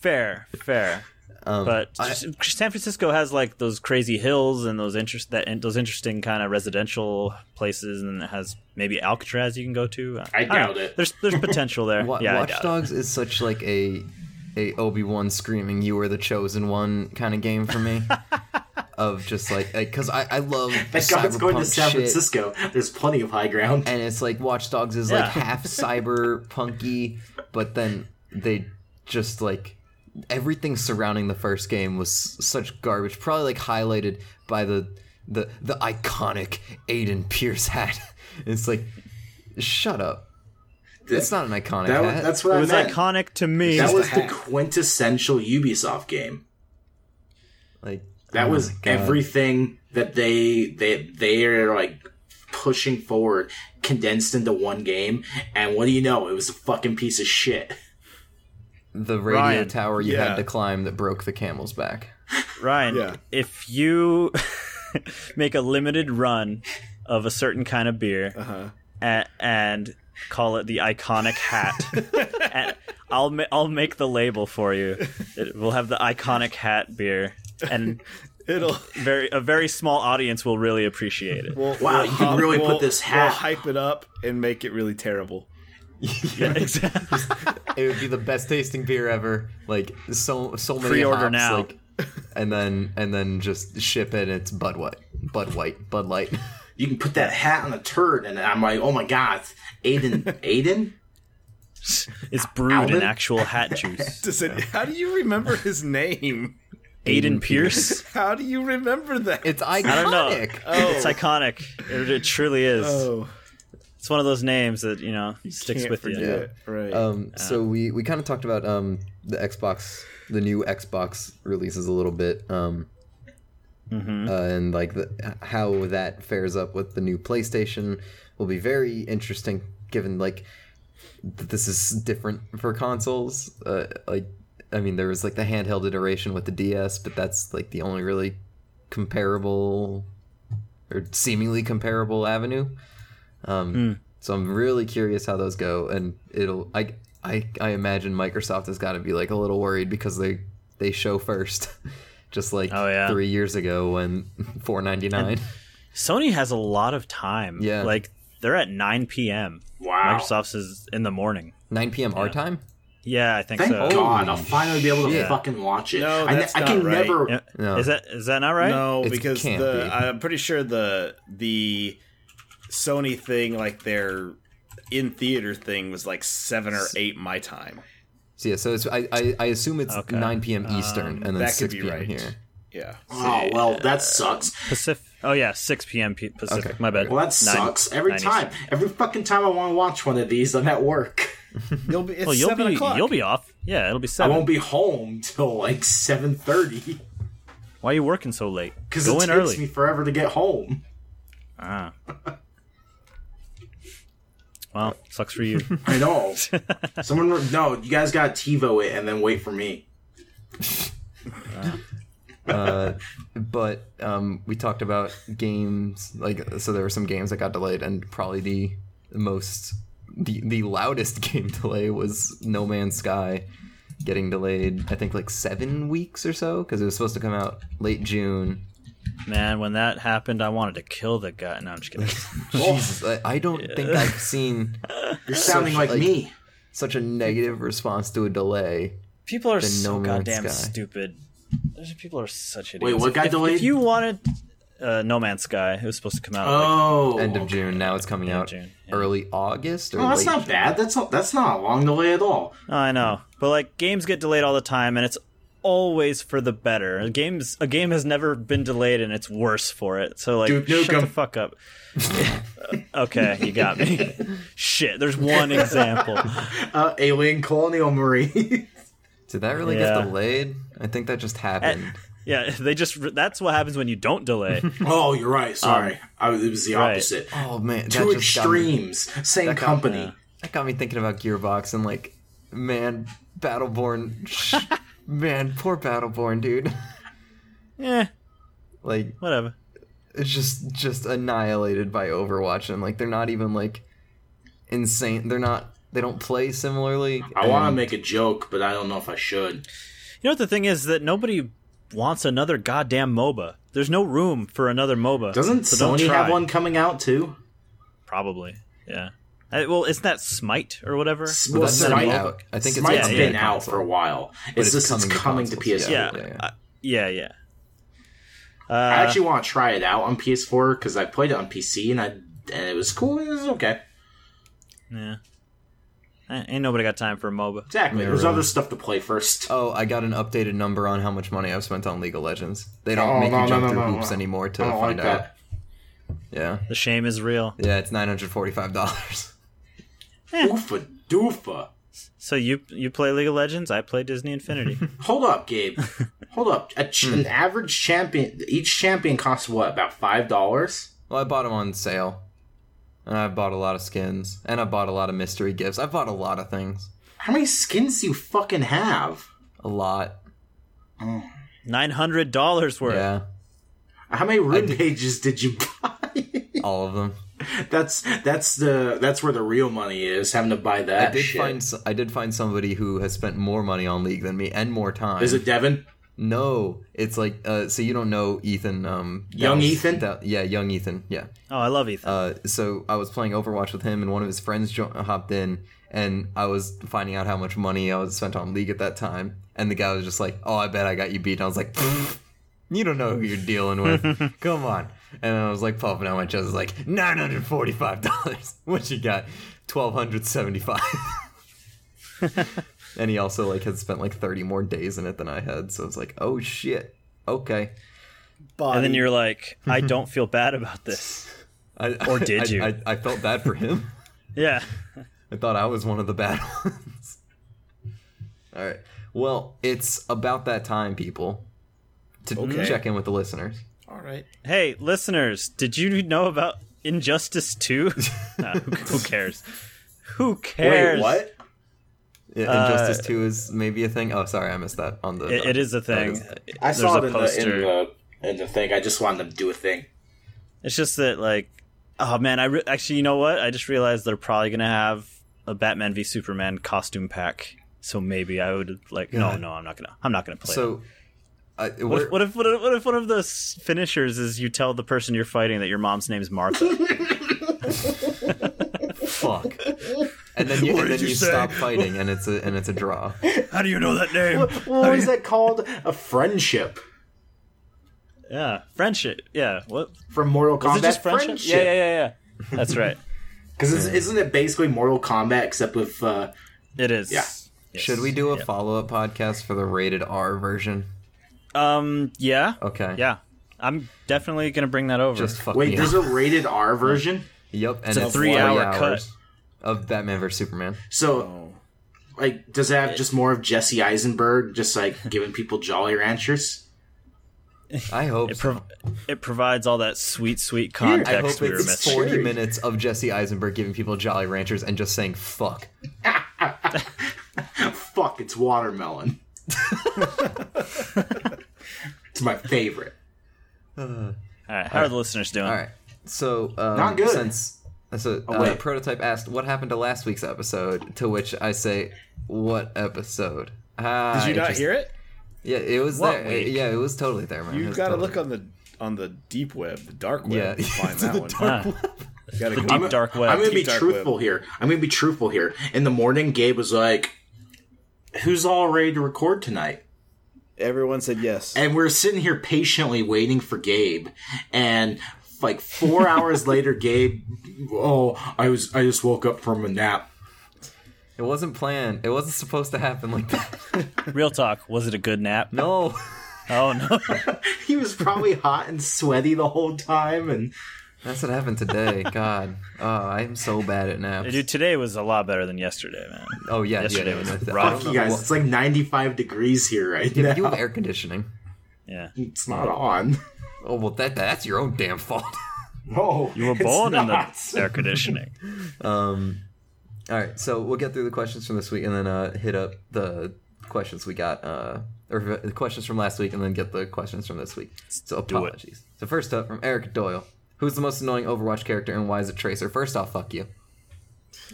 S1: Fair, fair. but just- San Francisco has like those crazy hills and those interest that and those interesting kind of residential places, and it has maybe Alcatraz you can go to. I, don't
S3: doubt
S1: know.
S3: it.
S1: There's there's potential there.
S4: *laughs* Wa-
S1: yeah, I doubt
S4: Watch
S1: it.
S4: Dogs is such like a a Obi Wan screaming "You were the chosen one" kind of game
S1: *laughs*
S4: for me. of just like because I I love
S3: Thank God it's going to
S4: cyberpunk
S3: San
S4: shit,
S3: Francisco. There's plenty of high ground.
S4: and it's like Watch Dogs is
S1: Yeah.
S4: like half cyberpunky, but then they just like everything surrounding the first game was such garbage. Probably like highlighted by the the the iconic Aiden Pierce hat. *laughs* it's like shut up. It's not an iconic
S3: That,
S4: hat.
S3: that's what
S1: It
S3: I
S1: was
S3: meant.
S1: iconic to me.
S3: that
S4: just
S3: was
S4: a
S3: the
S4: hack.
S3: quintessential Ubisoft game.
S4: like
S3: That
S4: oh
S3: was
S4: my God.
S3: everything that they they they are like pushing forward, condensed into one game. And what do you know? It was a fucking piece of shit.
S4: the radio
S1: Ryan,
S4: tower you
S2: yeah.
S4: had to climb that broke the camel's back.
S1: Ryan,
S2: Yeah.
S1: if you *laughs* make a limited run of a
S2: Uh-huh. *laughs*
S1: certain kind of beer a- and call it the iconic hat and I'll ma- I'll make the label for you. It, we'll have the iconic hat beer, and
S2: It'll
S1: very a very small audience will really appreciate it.
S2: we'll,
S3: Wow,
S2: we'll
S3: you can
S2: hop-
S3: really put
S2: we'll-
S3: this
S2: We'll
S3: hat-
S2: hype it up and make it really terrible.
S1: Yeah, exactly.
S4: It would be the best tasting beer ever. Like so, so many
S1: Pre-order
S4: hops,
S1: now.
S4: Like, and then and then just ship it. And it's Bud White, Bud White, Bud Light. *laughs*
S3: You can put that hat on a turd, and I'm like, oh my god,
S4: *laughs*
S3: Aiden, Aiden.
S1: *laughs* It's brewed in
S3: Alvin?
S1: actual hat
S2: *laughs*
S1: juice.
S2: Does it, how do you remember his name?
S1: Aiden Pierce.
S2: How do you remember that?
S4: It's
S1: I don't know.
S4: iconic.
S1: It's iconic. It, it truly is.
S2: Oh,
S1: It's one of those names that you know sticks
S2: can't
S1: with you.
S2: forget it. Right.
S3: Uh,
S4: Um, so we, we kind of talked about um, the Xbox, the new Xbox releases a little bit, um, uh, and like the, how that fares up with the new PlayStation will be very interesting, given like that this is different for consoles. Uh, like, I mean, there was like the handheld iteration with the DS, but that's like the only really comparable or seemingly comparable avenue. Um,
S1: Hmm.
S4: So I'm really curious how those go, and it'll I I, I imagine Microsoft has got to be like a little worried because they they show first, *laughs* just like
S1: Oh, yeah.
S4: three years ago when *laughs* 4.99.
S1: Sony has a lot of time.
S4: Yeah.
S1: Like they're at 9 p.m.
S3: Wow.
S1: Microsoft's is in the morning.
S4: 9 p.m. our time.
S1: Yeah, I think
S3: Thank
S1: so.
S3: God, I'll finally be able to
S4: shit.
S3: fucking watch it.
S2: No,
S3: I, ne-
S2: that's
S3: I
S2: not
S3: can
S2: right.
S3: never.
S1: Yeah.
S4: No.
S1: Is that is that not right?
S2: No,
S4: It
S2: because
S4: can't
S2: the
S4: be.
S2: I'm pretty sure the the Sony thing, like their in theater thing, was like seven or eight my time.
S4: So yeah, so it's I I, I assume it's
S1: Okay. Um,
S4: 9 p.m. Eastern and then
S2: that
S4: 6
S2: could be
S4: p.m.
S2: right.
S4: here.
S2: Yeah.
S3: Oh well, that sucks.
S1: Pacific. Oh yeah, 6 p.m. P- Pacific.
S4: Okay.
S1: My bad.
S3: Well, that
S1: Nine-
S3: sucks. Every
S1: nine
S3: time,
S1: Eastern.
S3: every fucking time I want to watch one of these, I'm at work.
S2: You'll be. It's
S1: Well, you'll
S2: seven
S1: be
S2: o'clock.
S1: you'll be off. Yeah, it'll be
S3: I
S1: seven.
S3: won't be home till like seven thirty
S1: Why are you working so late?
S3: because
S1: Go
S3: it
S1: in
S3: takes
S1: early.
S3: me forever to get home.
S1: Ah. Well, sucks for you.
S3: *laughs* I
S1: *laughs*
S3: know. Someone, re- no, you guys got to TiVo it and then wait for me.
S4: But um, we talked about games like so there were some games that got delayed and probably the most the the loudest *laughs* game delay was No Man's Sky getting delayed I think like 7 weeks or so cuz it was supposed to come out
S1: *laughs*
S4: late June.
S1: Man, when that happened, I wanted to kill the guy. No, I'm just
S4: *laughs*
S1: kidding.
S4: Jesus, I, I don't think I've seen
S3: You're sounding like,
S4: like-
S3: me.
S4: such a negative response to a delay.
S1: People are so
S4: No Man's
S1: goddamn
S4: Sky.
S1: stupid. Those People are such idiots.
S3: Wait, what got
S1: if,
S3: delayed?
S1: If you wanted uh, No Man's Sky, it was supposed to come out. like,
S3: Oh,
S4: End of June, now it's coming out
S1: June, yeah.
S4: early August or
S3: Well, Oh, that's
S4: late
S3: not bad. That's not, that's not a long delay at all.
S1: I know, but like games get delayed all the time, and it's always for the better. A games a game has never been delayed, and it's worse for it. So like,
S3: Duke
S1: shut the
S3: Nukem.
S1: fuck up. *laughs* okay, you got me. Shit, there's one example.
S3: Uh, Alien
S1: *laughs*
S3: Colonial Marine. *laughs*
S4: Did that really
S1: Yeah.
S4: get delayed? I think that just happened.
S1: Yeah, they just that's what happens when you don't delay.
S3: oh, you're right. Sorry, I, it was the
S1: Um, right.
S3: opposite.
S4: oh man, that
S3: Two
S4: just got me-
S3: extremes, same
S4: that got-
S3: company.
S4: That got me thinking about Gearbox and like, man, Battleborn, sh- man, poor Battleborn, dude.
S1: eh,
S4: like,
S1: whatever.
S4: it's just just annihilated by Overwatch, and like, they're not even like insane. They're not. They don't play similarly.
S3: I want to
S4: and
S3: make a joke, but I don't know if I should.
S1: You know what the thing is that nobody wants another goddamn MOBA. There's no room for another MOBA.
S3: Doesn't
S1: so don't
S3: Sony have
S1: try.
S3: one coming out too?
S1: Probably. Yeah. I, well, isn't that Smite or whatever?
S4: but
S3: Well,
S4: that's not
S3: Smite-
S4: out. I think it's
S3: Smite's
S1: coming
S3: been
S4: to
S3: out
S4: console.
S3: for a while. It's, just
S4: it's coming to
S3: it's coming to
S4: consoles,
S3: PS4.
S1: yeah,
S4: Yeah, yeah.
S1: I- yeah, yeah. Uh,
S3: I actually want to try it out on PS4 because I played it on PC and I and it was cool. It was okay.
S1: Yeah. Ain't ain't nobody got time for a MOBA.
S3: Exactly.
S4: Yeah,
S3: There's
S4: really.
S3: other stuff to play first.
S4: Oh, I got an updated number on how much money I've spent on League of Legends. They don't
S3: Oh,
S4: make
S3: no,
S4: you
S3: no,
S4: jump
S3: no,
S4: through
S3: no,
S4: hoops
S3: no.
S4: anymore to
S3: I don't
S4: find
S3: like
S4: out.
S3: that.
S4: Yeah,
S1: The shame is real.
S4: yeah, it's nine hundred forty-five dollars. *laughs*
S3: Oofa doofa.
S1: So you you play League of Legends, I play Disney Infinity.
S3: Hold up,
S4: *laughs*
S3: Gabe. Hold up. A ch-
S4: Hmm.
S3: An average champion. Each champion costs what? About five dollars.
S4: Well, I bought them on sale. And I bought a lot of skins. And I bought a lot of mystery gifts. I bought a lot of things.
S3: How many skins do you fucking have?
S4: A lot. Oh,
S1: Nine hundred dollars worth.
S4: Yeah.
S3: *laughs* How many rune pages did you buy?
S4: All of them.
S3: that's that's the that's where the real money is. Having to buy *laughs* that.
S4: I did
S3: shit.
S4: find s- I did find somebody who has spent more money on League than me and more time.
S3: Is it Devin?
S4: No, it's like uh, so you don't know Ethan. Um, that
S3: Young
S4: was-
S3: Ethan?
S4: that- yeah, young Ethan. Yeah.
S1: Oh, I love Ethan.
S4: Uh, so I was playing Overwatch with him, and one of his friends jo- hopped in, and I was finding out how much money I was spent on League at that time, and the guy was just like, "Oh, I bet I got you beat." And I was like, "Pfft, "You don't know who you're
S1: *laughs*
S4: dealing with. Come on." And I was like puffing out my chest, I was like nine hundred forty-five dollars. *laughs* What you got? Twelve hundred seventy-five. *laughs* and he also like had spent like thirty more days in it than I had, so I was like, "Oh shit, okay."
S1: and then you're like, I don't feel bad about this.
S4: I,
S1: Or did
S4: I-
S1: you?
S4: I, I felt bad for him.
S1: Yeah.
S4: I thought I was one of the bad *laughs* ones. All right. Well, it's about that time, people, to
S1: Okay.
S4: check in with the listeners.
S2: All right.
S1: Hey, listeners, did you know about Injustice 2? Nah, who, who cares? Who cares?
S3: Wait, what?
S4: Yeah,
S1: Uh,
S4: Injustice Two is maybe a thing. Oh, sorry, I missed that on the.
S1: It, it is a thing.
S3: I saw it
S1: There's a
S3: in the, in
S1: poster.
S3: the in the thing. I just wanted them to do a thing.
S1: It's just that, like, oh man, I re- actually, you know what? I just realized they're probably gonna have a Batman v Superman costume pack. So maybe I would like. No,
S4: God.
S1: no, I'm not gonna. I'm not gonna play. it.
S4: So, uh,
S1: What
S4: we're,
S1: if, what if what if what if one of the s- finishers is you tell the person you're fighting that your mom's name's
S4: *laughs*
S1: Martha?
S4: fuck? *laughs* And then you,
S1: What
S4: and
S1: did
S4: then
S1: you
S4: you,
S1: say? *laughs*
S4: stop fighting, and it's a and it's a draw.
S1: How do you know that name?
S3: What was that called? A friendship
S1: Yeah, friendship. Yeah, what
S3: from Mortal
S1: was
S3: Kombat.
S1: it? Just friendship? Yeah, yeah, yeah, yeah. That's right.
S3: Because isn't it basically Mortal Kombat except with uh,
S1: It is.
S3: Yeah.
S1: Yes.
S4: Should we do a follow up podcast for the rated R version?
S1: Um. Yeah.
S4: Okay.
S1: Yeah. I'm definitely gonna bring that over.
S4: Just fuck
S3: wait?
S4: me
S3: There's
S4: up.
S3: a rated R version.
S4: Yep, and
S1: a
S4: it's
S1: three-hour
S4: three hours of Batman vs Superman.
S3: So like, does it have just more of Jesse Eisenberg just like giving people Jolly Ranchers?
S4: I hope
S1: it,
S4: so.
S1: prov it provides all that sweet, sweet context
S4: I hope
S1: we were
S4: it's
S1: missing.
S4: 40
S3: Sure.
S4: minutes of Jesse Eisenberg giving people Jolly Ranchers and just saying fuck.
S3: Fuck, it's watermelon. *laughs* it's my favorite.
S1: All right. How are the listeners doing?
S4: All right. So, um,
S3: Not good. Oh,
S4: since so, uh,
S3: wait.
S4: Prototype asked, what happened to last week's episode? To which I say, what episode? Ah,
S2: Did you not hear it?
S4: Yeah, it was
S2: What
S4: there.
S2: week?
S4: Yeah, it was totally there, man.
S2: You
S4: It
S2: got to
S4: was
S2: look on the on the deep web, the dark web,
S4: Yeah.
S2: to find
S4: To
S2: that
S4: the
S2: one.
S1: Ah,
S2: Gotta
S1: the
S2: go.
S1: deep dark web.
S3: I'm gonna be
S2: Dark
S3: truthful here. I'm gonna be truthful here. In the morning, Gabe was like, "Who's all ready to record tonight?"
S2: Everyone said yes.
S3: And we're sitting here patiently waiting for Gabe, and like four hours later, Gabe, oh, I was I just woke up from a nap.
S4: It wasn't planned. It wasn't supposed to happen like that. *laughs*
S1: Real talk. Was it a good nap?
S4: No.
S1: Oh no.
S3: He was probably hot and sweaty the whole time, and
S4: That's what happened today. God. Oh, I'm so bad at naps.
S1: Dude, today was a lot better than yesterday, man.
S4: Oh, yeah.
S1: Yesterday
S4: yeah,
S1: was
S4: yeah,
S1: rough.
S4: I don't
S3: fuck you
S4: know
S3: guys,
S4: what-
S3: it's like 95 degrees here right
S4: Yeah,
S3: now.
S4: but you have air conditioning. *laughs*
S1: Yeah.
S3: It's not on.
S4: Oh, well, that that's your own damn fault. *laughs*
S3: No, *laughs*
S1: You were born in the air conditioning.
S4: Um, all right, so we'll get through the questions from this week, and then uh, hit up the questions we got, uh, or the questions from last week, and then get the questions from this week. So
S1: do it.
S4: apologies. So first up from Eric Doyle, who's the most annoying Overwatch character, and why is it Tracer? First off, fuck you.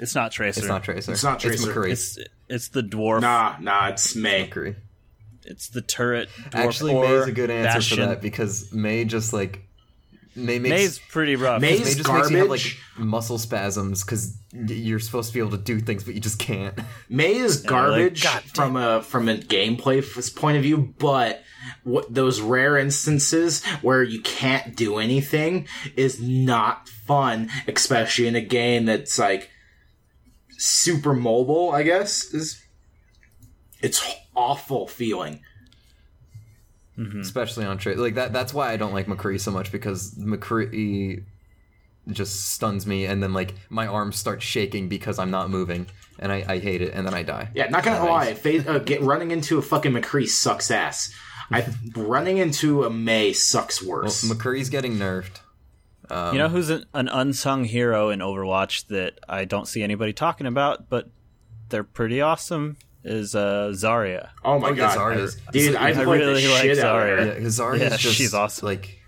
S1: It's not Tracer.
S4: It's not Tracer.
S3: It's not
S4: It's
S3: Tracer.
S4: McCree.
S1: It's it's the dwarf.
S3: Nah, nah, it's May.
S4: McCree.
S1: It's the turret. Dwarf
S4: Actually,
S1: or
S4: May's a good answer
S1: Bastion.
S4: for that because May just like May makes
S1: May's pretty rough.
S3: May's-
S4: May just makes you have like
S3: garbage.
S4: muscle spasms because you're supposed to be able to do things, but you just can't. *laughs*
S3: May is garbage
S1: like, God
S3: from a from a gameplay f- point of view, but what those rare instances where you can't do anything is not fun, especially in a game that's like super mobile. I guess is it's awful feeling.
S4: especially on trade. Like that. That's why I don't like McCree so much because McCree just stuns me, and then like my arms start shaking because I'm not moving, and I, I hate it, and then I die.
S3: Yeah, not gonna lie, fa- uh, get, running into a fucking McCree sucks ass. I running into a May sucks worse.
S4: McCree's getting nerfed.
S1: you know who's an, an unsung hero in Overwatch that I don't see anybody talking about, but they're pretty awesome. Is uh, Zarya.
S3: oh my
S4: Oh, yeah,
S3: god,
S4: Zarya's-
S3: dude! I,
S1: I
S3: played
S1: really
S3: the
S1: like
S3: shit out of
S1: Zarya.
S3: her.
S4: Yeah, because Zarya's
S1: Yeah,
S4: just
S1: she's awesome.
S4: Like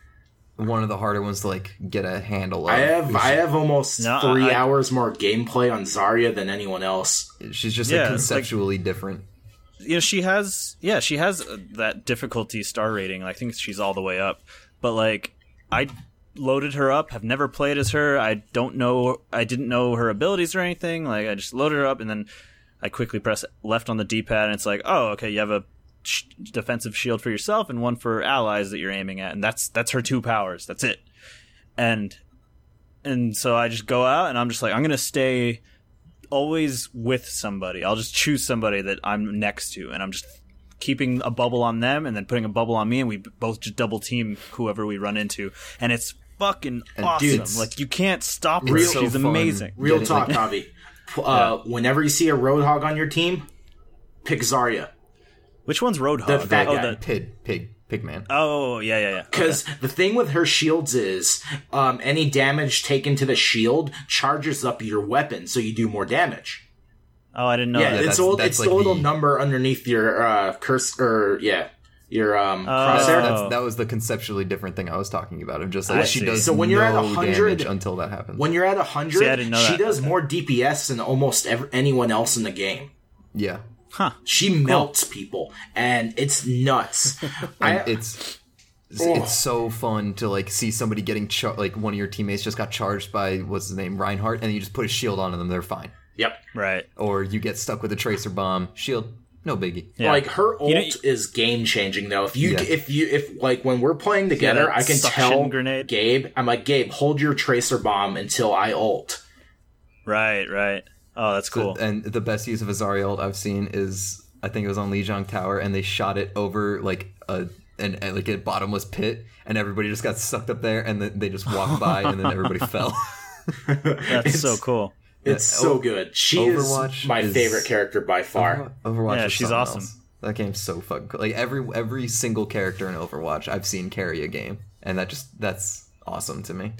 S4: one of the harder ones to like get a handle of.
S3: I have I have almost
S1: No,
S3: three
S1: I-
S3: hours more gameplay on Zarya than anyone else.
S4: She's just
S1: Yeah,
S4: like
S1: it's like-
S4: conceptually different.
S1: you know she has yeah she has uh, that difficulty star rating i think she's all the way up but like i loaded her up have never played as her i don't know i didn't know her abilities or anything like i just loaded her up and then i quickly press left on the d-pad and it's like oh okay you have a sh- defensive shield for yourself and one for allies that you're aiming at and that's that's her two powers that's it and and so i just go out and i'm just like i'm gonna stay always with somebody. I'll just choose somebody that I'm next to, and I'm just keeping a bubble on them, and then putting a bubble on me, and we b- both just double team whoever we run into, and it's fucking
S4: And
S1: awesome.
S4: dude, it's-
S1: like you can't stop her.
S4: Real- so
S1: She's
S4: fun.
S1: amazing.
S3: Real
S4: Get it,
S3: talk, Javi. P- *laughs* Uh, Whenever you see a Roadhog on your team, pick Zarya
S1: Which one's Roadhog?
S3: The fat
S1: oh,
S3: guy.
S1: the-
S4: Pig, pig, pig man.
S1: oh, yeah, yeah, yeah.
S3: because the thing with her shields is um, any damage taken to the shield charges up your weapon, so you do more damage.
S1: Oh, I didn't know
S3: yeah,
S1: that.
S3: it's
S4: that's-
S3: old.
S4: that's
S3: it's
S4: like
S3: the little
S4: the-
S3: number underneath your uh, curse or yeah, your um,
S1: Oh.
S3: crosshair.
S4: That's, that was the conceptually different thing I was talking about. Of just like
S1: I
S4: she
S1: see.
S4: does
S3: So when you're at
S4: no
S3: 100
S4: damage until that happens.
S3: when you're at
S1: See, I
S3: 100
S1: didn't know
S3: she
S1: that.
S3: does more dps than almost ever, anyone else in the game
S4: yeah,
S1: Huh.
S3: she melts people and it's nuts
S1: *laughs*
S3: I,
S4: it's
S3: Oh.
S4: it's so fun to like see somebody getting char- like one of your teammates just got charged by what's his name Reinhardt, and you just put a shield onto them, they're fine.
S3: yep
S1: Right.
S4: Or you get stuck with a tracer bomb, shield, no biggie.
S1: Yeah.
S3: like her ult
S1: You know,
S3: is game changing though if you
S4: Yeah.
S3: if you if like when we're playing together
S1: that
S3: i can
S1: suction
S3: tell
S1: grenade.
S3: gabe i'm like gabe hold your tracer bomb until i ult
S1: Right. Right. Oh, that's cool.
S3: *laughs*
S4: And the best use of a Zariel I've seen is I think it was on Lijiang Tower, and they shot it over like a an and, like a bottomless pit, and everybody just got sucked up there, and then they just
S1: *laughs*
S4: walked by, and then everybody fell.
S1: *laughs* That's so cool.
S3: it's so good she
S4: Overwatch
S3: is my
S4: is-
S3: favorite character by far
S4: Overwatch,
S1: Yeah,
S4: is
S1: she's
S4: something
S1: awesome.
S4: else. That game's so fucking cool. Like every every single character in Overwatch, I've seen carry a game, and that just that's awesome to me.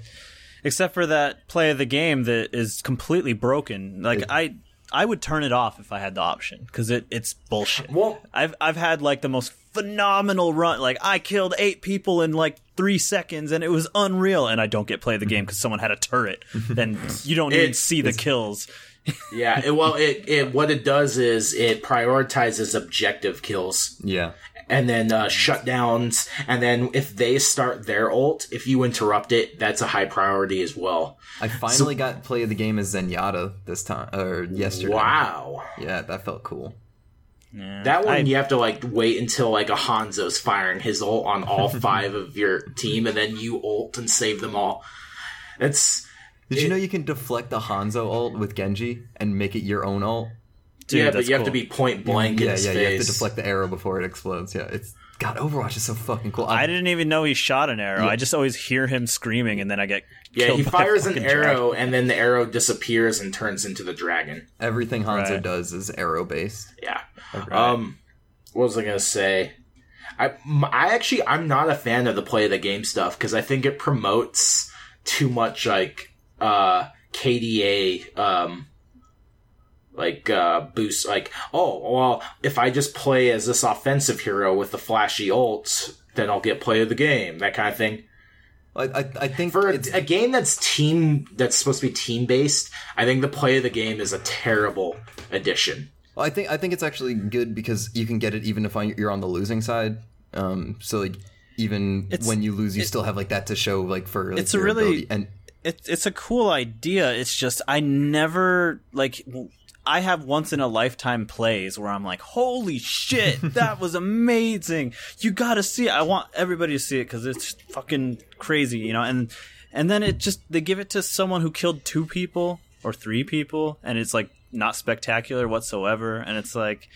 S1: except for that play of the game that is completely broken. Like I, I would turn it off if I had the option because it, it's bullshit.
S3: Well-
S1: I've I've had like the most phenomenal run. Like I killed eight people in like three seconds, and it was unreal. And I don't get play of the
S3: Mm-hmm.
S1: game because someone had a
S3: *laughs*
S1: turret. then you don't even
S3: It-
S1: see the kills.
S3: yeah it, well it, it what it does is it prioritizes objective kills
S4: Yeah,
S3: and then uh, shutdowns, and then if they start their ult, if you interrupt it, that's a high priority as well.
S4: I finally got play of the game as Zenyatta this time or yesterday.
S3: Wow,
S4: Yeah, that felt cool.
S3: that one
S1: I-
S3: you have to like wait until like a Hanzo's firing his ult on
S4: *laughs*
S3: all five of your team, and then you ult and save them all. It's
S4: Did you know you can deflect the Hanzo ult with Genji and make it your own ult?
S1: Dude,
S3: yeah, but
S1: that's
S3: you have to
S1: cool.
S3: be point blank in
S4: Yeah,
S3: his
S4: yeah, you have to
S3: face.
S4: deflect the arrow before it explodes. Yeah, it's God, Overwatch is so fucking cool.
S1: I didn't even know he shot an arrow. I just always hear him screaming, and then I get
S3: yeah,
S1: killed
S3: he
S1: by *laughs* a
S3: fires an
S1: fucking dragon.
S3: arrow, and then the arrow disappears and turns into the dragon.
S4: everything Hanzo
S1: Right.
S4: does is arrow based.
S3: Yeah. Um, what was I gonna say? I m- I actually I'm not a fan of the play of the game stuff because I think it promotes too much like uh KDA um like uh boost like oh well if I just play as this offensive hero with the flashy ults then I'll get play of the game that kind of thing.
S4: I, I, I think
S3: For a,
S4: it's,
S3: a game that's team that's supposed to be team based, I think the play of the game is a terrible addition.
S4: Well, I think I think it's actually good because you can get it even if I- you're on the losing side. Um, so like even
S1: It's-
S4: when you lose, you still have like that to show like for like,
S1: It's a
S4: your
S1: really-
S4: ability. and
S1: it, it's a cool idea. It's just I never like I have once in a lifetime plays where I'm like, holy shit, that was amazing. You got to see it. I want everybody to see it because it's fucking crazy, you know. And and then it just they give it to someone who killed two people or three people, and it's like not spectacular whatsoever. And it's like,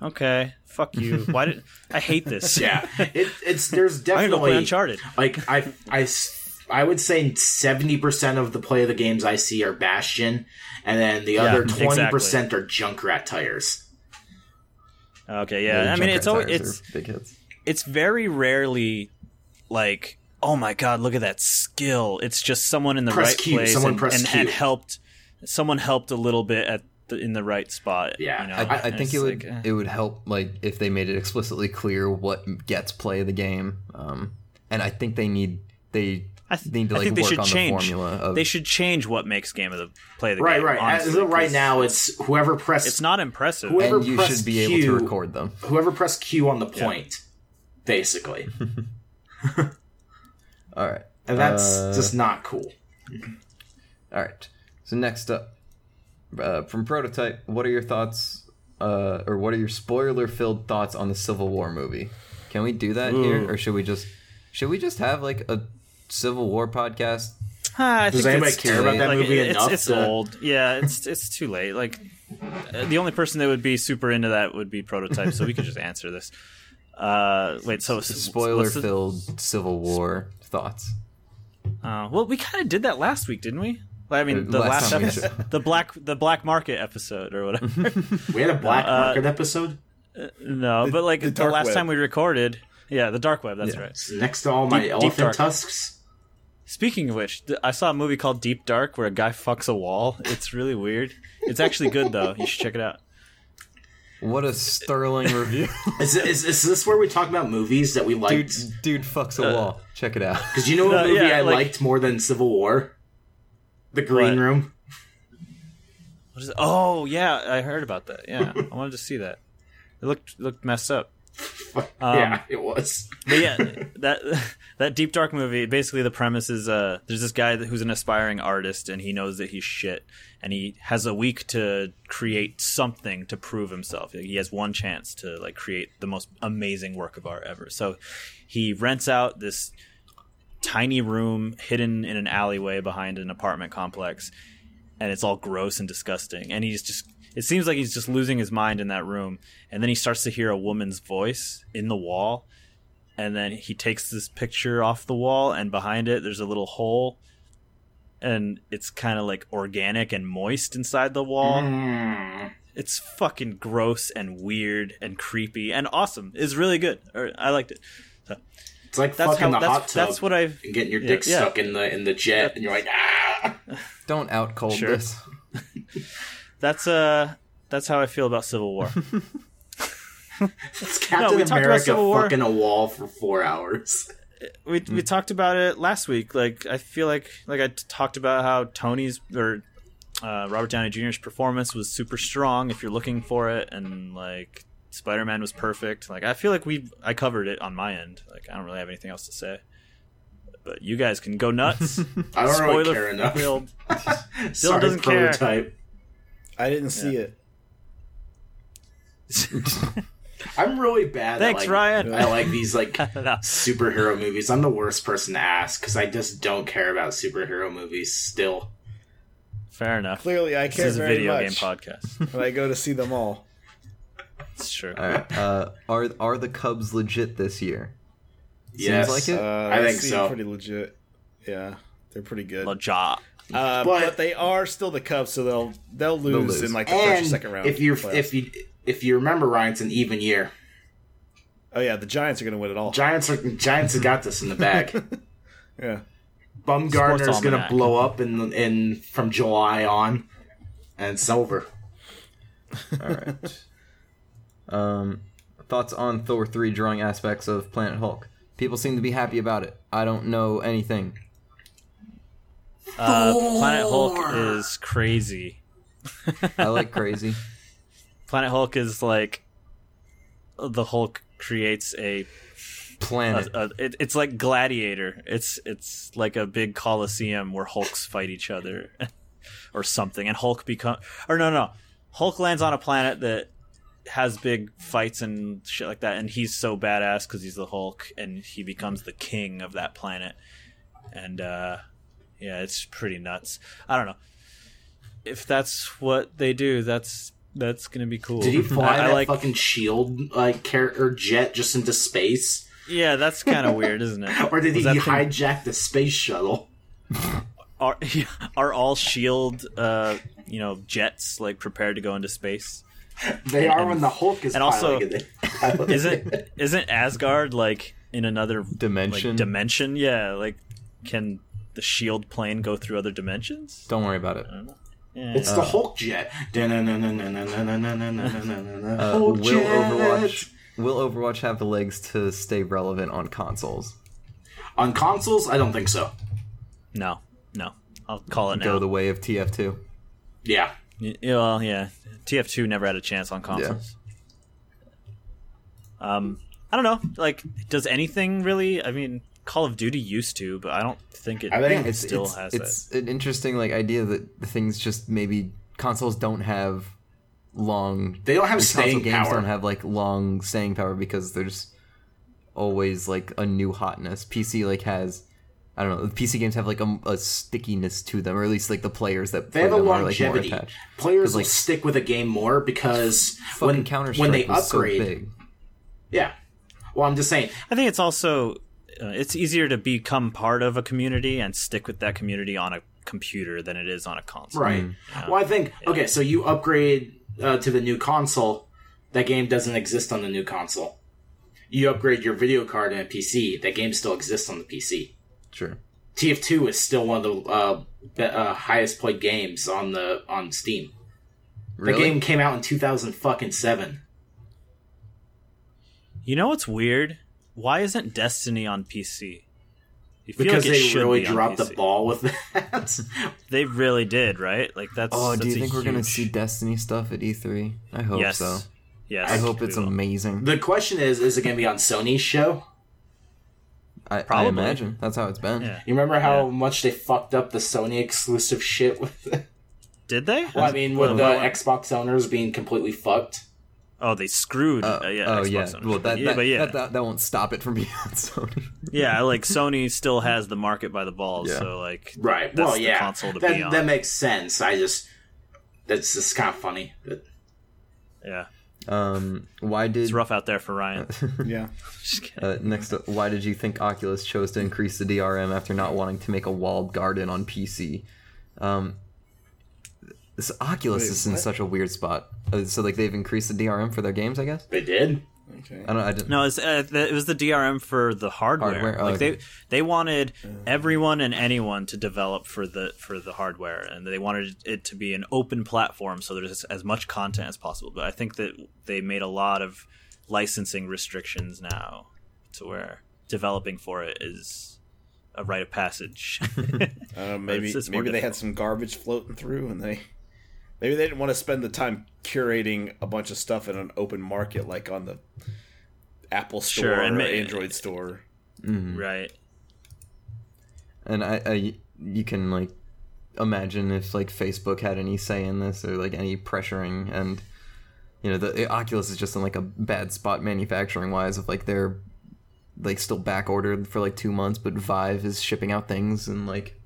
S1: okay, fuck you. Why did I hate this?
S3: *laughs* Yeah, it, it's there's
S1: *laughs* I'm gonna go play
S3: definitely
S1: Uncharted.
S3: like I I s- I would say seventy percent of the play of the games I see are Bastion, and then the other
S1: exactly.
S3: twenty percent are Junkrat tires.
S1: Okay, yeah. I mean,
S4: Junkrat
S1: it's always
S4: tires
S1: it's.
S4: are big hits.
S1: it's very rarely like oh my god look at that skill it's just someone in the
S3: Press
S1: right
S3: Q,
S1: place
S3: someone
S1: and,
S3: press
S1: and,
S3: Q.
S1: and helped someone helped a little bit at the, in the right spot
S3: Yeah.
S1: you know?
S4: I, I,
S1: And
S4: think
S1: it's
S4: it
S1: like,
S4: would
S1: eh.
S4: it would help like if they made it explicitly clear what gets play of the game. Um, and I think they need they
S1: I, th-
S4: Need to,
S1: I
S4: like,
S1: think they
S4: work
S1: should
S4: on the
S1: change.
S4: formula of-
S1: They should change what makes game of the play of the
S3: Right,
S1: game.
S3: right. As
S1: honestly,
S3: of right
S1: 'cause
S3: now, it's whoever pressed
S1: it's not impressive.
S3: Whoever-
S4: and you
S3: pressed
S4: should be able to
S3: Q-
S4: record them.
S3: whoever pressed Q on the point, basically,
S4: All right.
S3: and that's
S4: Uh,
S3: just not cool.
S4: All right. So next up, uh, from Prototype, what are your thoughts, uh, or what are your spoiler-filled thoughts on the Civil War movie? Can we do that here, or should we just should we just have like a Civil War podcast?
S1: Ah, I
S3: Does
S1: think
S3: anybody
S1: it's
S3: care
S1: too
S4: about
S1: late.
S3: that
S1: Like,
S3: movie
S1: it- it's,
S3: enough
S1: It's
S3: to-
S1: old. Yeah, it's it's too late. Like uh, the only person that would be super into that would be Prototype, so we could just answer this. Uh, wait, so what's the-
S4: Spoiler-filled Civil War thoughts.
S1: Uh, well, we kind of did that last week, didn't we? Well, I mean,
S4: Uh,
S1: the
S4: last
S1: last,
S4: time we Mm-hmm.
S1: episode, the black the black market episode or whatever.
S3: We had a black
S1: Uh,
S3: market episode
S1: no, but like
S2: the
S1: the,
S2: dark
S1: last
S2: web.
S1: time we recorded, yeah, the dark web. That's
S4: Yeah.
S1: right.
S3: next to all my
S1: Deep- deep
S3: elephant
S1: dark.
S3: tusks.
S1: Speaking of which, th- I saw a movie called Deep Dark where a guy fucks a wall. It's really weird. It's actually good though. You should check it out.
S4: What a sterling review,
S3: Is, is, is this where we talk about movies that we
S4: dude!
S3: liked?
S4: Dude fucks a wall. Check it out.
S3: Because you know
S1: No,
S3: what movie
S1: yeah,
S3: I
S1: like-
S3: liked more than Civil War? The Green
S1: What?
S3: Room.
S1: What is it? Oh yeah, I heard about that. Yeah, I wanted to see that. It looked looked messed up. Um,
S3: yeah, *laughs* it was.
S1: But yeah, that *laughs* that deep dark movie. Basically, the premise is uh, there's this guy that- who's an aspiring artist, and he knows that he's shit, and he has a week to create something to prove himself. Like, He has one chance to like create the most amazing work of art ever. So he rents out this tiny room hidden in an alleyway behind an apartment complex, and it's all gross and disgusting. And he's just it seems like he's just losing his mind in that room. And then he starts to hear a woman's voice in the wall and then he takes this picture off the wall and behind it there's a little hole and it's kind of like organic and moist inside the wall
S3: Mm.
S1: it's fucking gross and weird and creepy and awesome it's really good Or- i liked it
S3: It's like
S1: that's
S3: fucking
S1: how
S3: the hot
S1: that's,
S3: tub
S1: that's what i've
S3: and getting your
S1: yeah,
S3: dick
S1: yeah.
S3: stuck in the in the jet, and you're like, ah.
S4: Don't out cold
S1: Sure.
S4: this.
S1: that's uh that's how i feel about civil war
S3: It's Captain
S1: we talked about
S3: America
S1: Civil War.
S3: fucking a wall for four hours. *laughs*
S1: we,
S3: Mm-hmm.
S1: we talked about it last week. Like I feel like like I t- talked about how Tony's or uh, Robert Downey Jr.'s performance was super strong if you're looking for it, and like Spider Man was perfect. Like I feel like we I covered it on my end. Like I don't really have anything else to say. But you guys can go nuts.
S3: *laughs* I don't really care
S1: Spoiler
S3: enough. *laughs*
S1: filled.
S3: Sorry,
S1: doesn't care.
S3: prototype.
S2: I didn't see it.
S3: I'm really bad.
S1: Thanks,
S3: at, like,
S1: Ryan.
S3: I like these
S1: *laughs*
S3: like
S1: No.
S3: superhero movies. I'm the worst person to ask because I just don't care about superhero movies. Still,
S1: Fair enough.
S2: Clearly, I
S1: this
S2: care
S1: is a
S2: very
S1: video game
S2: much.
S1: podcast.
S2: But I go to see them all.
S1: It's
S3: *laughs*
S1: true.
S4: All right. Uh, are are the Cubs legit this year?
S3: yes,
S4: like
S2: Uh,
S4: it.
S3: I
S2: they
S3: think
S2: seem
S3: so.
S2: Pretty legit. Yeah, they're pretty good.
S1: La job.
S2: Uh, but,
S3: But-
S2: they are still the Cubs, so they'll they'll lose,
S4: lose.
S2: in like the first
S3: and
S2: or second round.
S3: if you
S2: of the playoffs.
S3: if you if you remember, Ryan's an even year.
S2: oh yeah, the Giants are going to win it all.
S3: Giants are Giants have got this in the bag.
S2: yeah,
S3: Bumgarner is
S1: Sports
S3: going to
S1: almanac.
S3: blow up in in from July on, and it's over.
S4: All right. um, thoughts on Thor 3 drawing aspects of Planet Hulk? People seem to be happy about it. I don't know anything.
S1: Uh, Planet Hulk is crazy.
S4: I
S1: *laughs*
S4: like crazy.
S1: Planet Hulk is like the Hulk creates a,
S4: Planet.
S1: a- it, it's like Gladiator. It's it's like a big coliseum where Hulks fight each other *laughs* or something, and Hulk become or no no Hulk lands on a planet that has big fights and shit like that, and he's so badass because he's the Hulk, and he becomes the king of that planet, and uh, yeah, it's pretty nuts. I don't know if that's what they do. That's that's gonna be cool.
S3: Did he fly
S1: I, I
S3: that
S1: like
S3: fucking shield like character jet just into space,
S1: Yeah, that's kind of weird, isn't it?
S3: *laughs* or did
S1: Was
S3: he
S1: that thing-
S3: hijack the space shuttle?
S1: Are, *laughs* are all shield, uh, you know, jets like prepared to go into space?
S3: They are when the Hulk is
S1: and also-
S3: piloting it.
S1: Isn't isn't Asgard like in another
S4: dimension.
S1: like dimension? Yeah, like can the shield plane go through other dimensions?
S4: don't worry about it.
S1: Yeah.
S3: It's the Hulk jet.
S4: Uh,
S3: Hulk
S4: will
S3: jet.
S4: Overwatch Will Overwatch have the legs to stay relevant on consoles?
S3: on consoles? I don't think so.
S1: No, no. I'll call it
S4: Go
S1: now.
S4: the way of TF2.
S3: Yeah.
S1: Y- yeah, well, yeah. TF2 never had a chance on consoles. Um, I don't know. Like, does anything really? I mean, Call of Duty used to, but I don't think it
S3: I think
S1: it still
S4: it's,
S1: has
S4: it's an interesting like idea that the things just maybe consoles don't have long
S3: They don't have
S4: the console
S3: staying
S4: games
S3: power.
S4: don't have like long staying power because there's always like a new hotness pc like has i don't know pc games have like a, a stickiness to them or at least like the players that
S3: they
S4: play
S3: have a
S4: them are, like, more
S3: longevity.
S4: attached.
S3: Players
S4: 'Cause,
S3: will
S4: like,
S3: stick with a game more because
S4: Fucking
S3: when
S4: Counter-Strike
S3: when they
S4: was so
S3: upgrade,
S4: big.
S3: yeah. Well, I'm just saying
S1: I think it's also uh, it's easier to become part of a community and stick with that community on a computer than it is on a console.
S3: Right.
S4: Mm.
S3: Well, I think okay. So you upgrade uh, to the new console. That game doesn't exist on the new console. You upgrade your video card and a PC. That game still exists on the PC.
S4: sure
S3: TF2 is still one of the uh, be- uh, highest played games on the on Steam.
S4: really
S3: The game came out in two thousand fucking seven.
S1: You know what's weird? Why isn't Destiny on PC? You feel
S3: Because
S1: like it
S3: they
S1: should
S3: really
S1: be on
S3: dropped the
S1: PC.
S3: ball with *laughs* that.
S1: They really did, right? Like that's.
S4: oh do
S1: that's
S4: you
S1: a
S4: think we're gonna
S1: huge-
S4: see destiny stuff at e3 i hope
S1: yes.
S4: so
S1: Yes.
S4: i hope
S1: we
S4: it's
S1: will.
S4: amazing
S3: the question is, is it going to be on Sony's show?
S4: I, I
S1: Probably.
S4: imagine that's how it's been
S1: Yeah.
S3: You remember how much they fucked up the Sony exclusive shit with? *laughs*
S1: Did they?
S3: Well, I mean, with the Xbox owners being completely fucked.
S1: Oh, they screwed.
S4: Uh,
S1: uh, yeah,
S4: oh
S1: Xbox
S4: yeah.
S1: ownership.
S4: Well, that,
S1: yeah,
S4: that,
S1: but yeah,
S4: that, that that won't stop it from being on Sony. *laughs*
S1: yeah. Like Sony still has the market by the balls,
S4: Yeah.
S1: so like,
S3: Right.
S1: That's
S3: well,
S1: the
S3: yeah.
S1: console to
S3: that,
S1: be on.
S3: that makes sense. I just that's just kind of funny.
S1: yeah,
S4: Um, why
S1: it's
S4: did
S1: rough out there for Ryan.
S2: Yeah.
S1: Just kidding.
S4: uh, next? up, Why did you think Oculus chose to increase the DRM after not wanting to make a walled garden on PC? Um, this Oculus
S2: Wait,
S4: is in
S2: what?
S4: such a weird spot. Uh, so like they've increased the DRM for their games, I guess.
S3: They did.
S2: Okay.
S4: I don't. I didn't.
S1: No, it's, uh, the- it was the DRM for the hardware.
S4: Hardware, oh,
S1: like
S4: okay.
S1: they they wanted everyone and anyone to develop for the for the hardware, and they wanted it to be an open platform, so there's as much content as possible. But I think that they made a lot of licensing restrictions now, to where developing for it is a rite of passage. *laughs*
S2: Uh, maybe
S1: it's- it's more
S2: maybe they had
S1: difficult.
S2: some garbage floating through, and they maybe they didn't want to spend the time curating a bunch of stuff in an open market like on the Apple Store
S1: Sure, and
S2: and or
S1: ma-
S2: Android Store.
S4: Mhm.
S1: right.
S4: And I, I, you can like imagine if like Facebook had any say in this or like any pressuring, and you know the, the Oculus is just in like a bad spot manufacturing wise of like they're like still back ordered for like two months, but Vive is shipping out things in like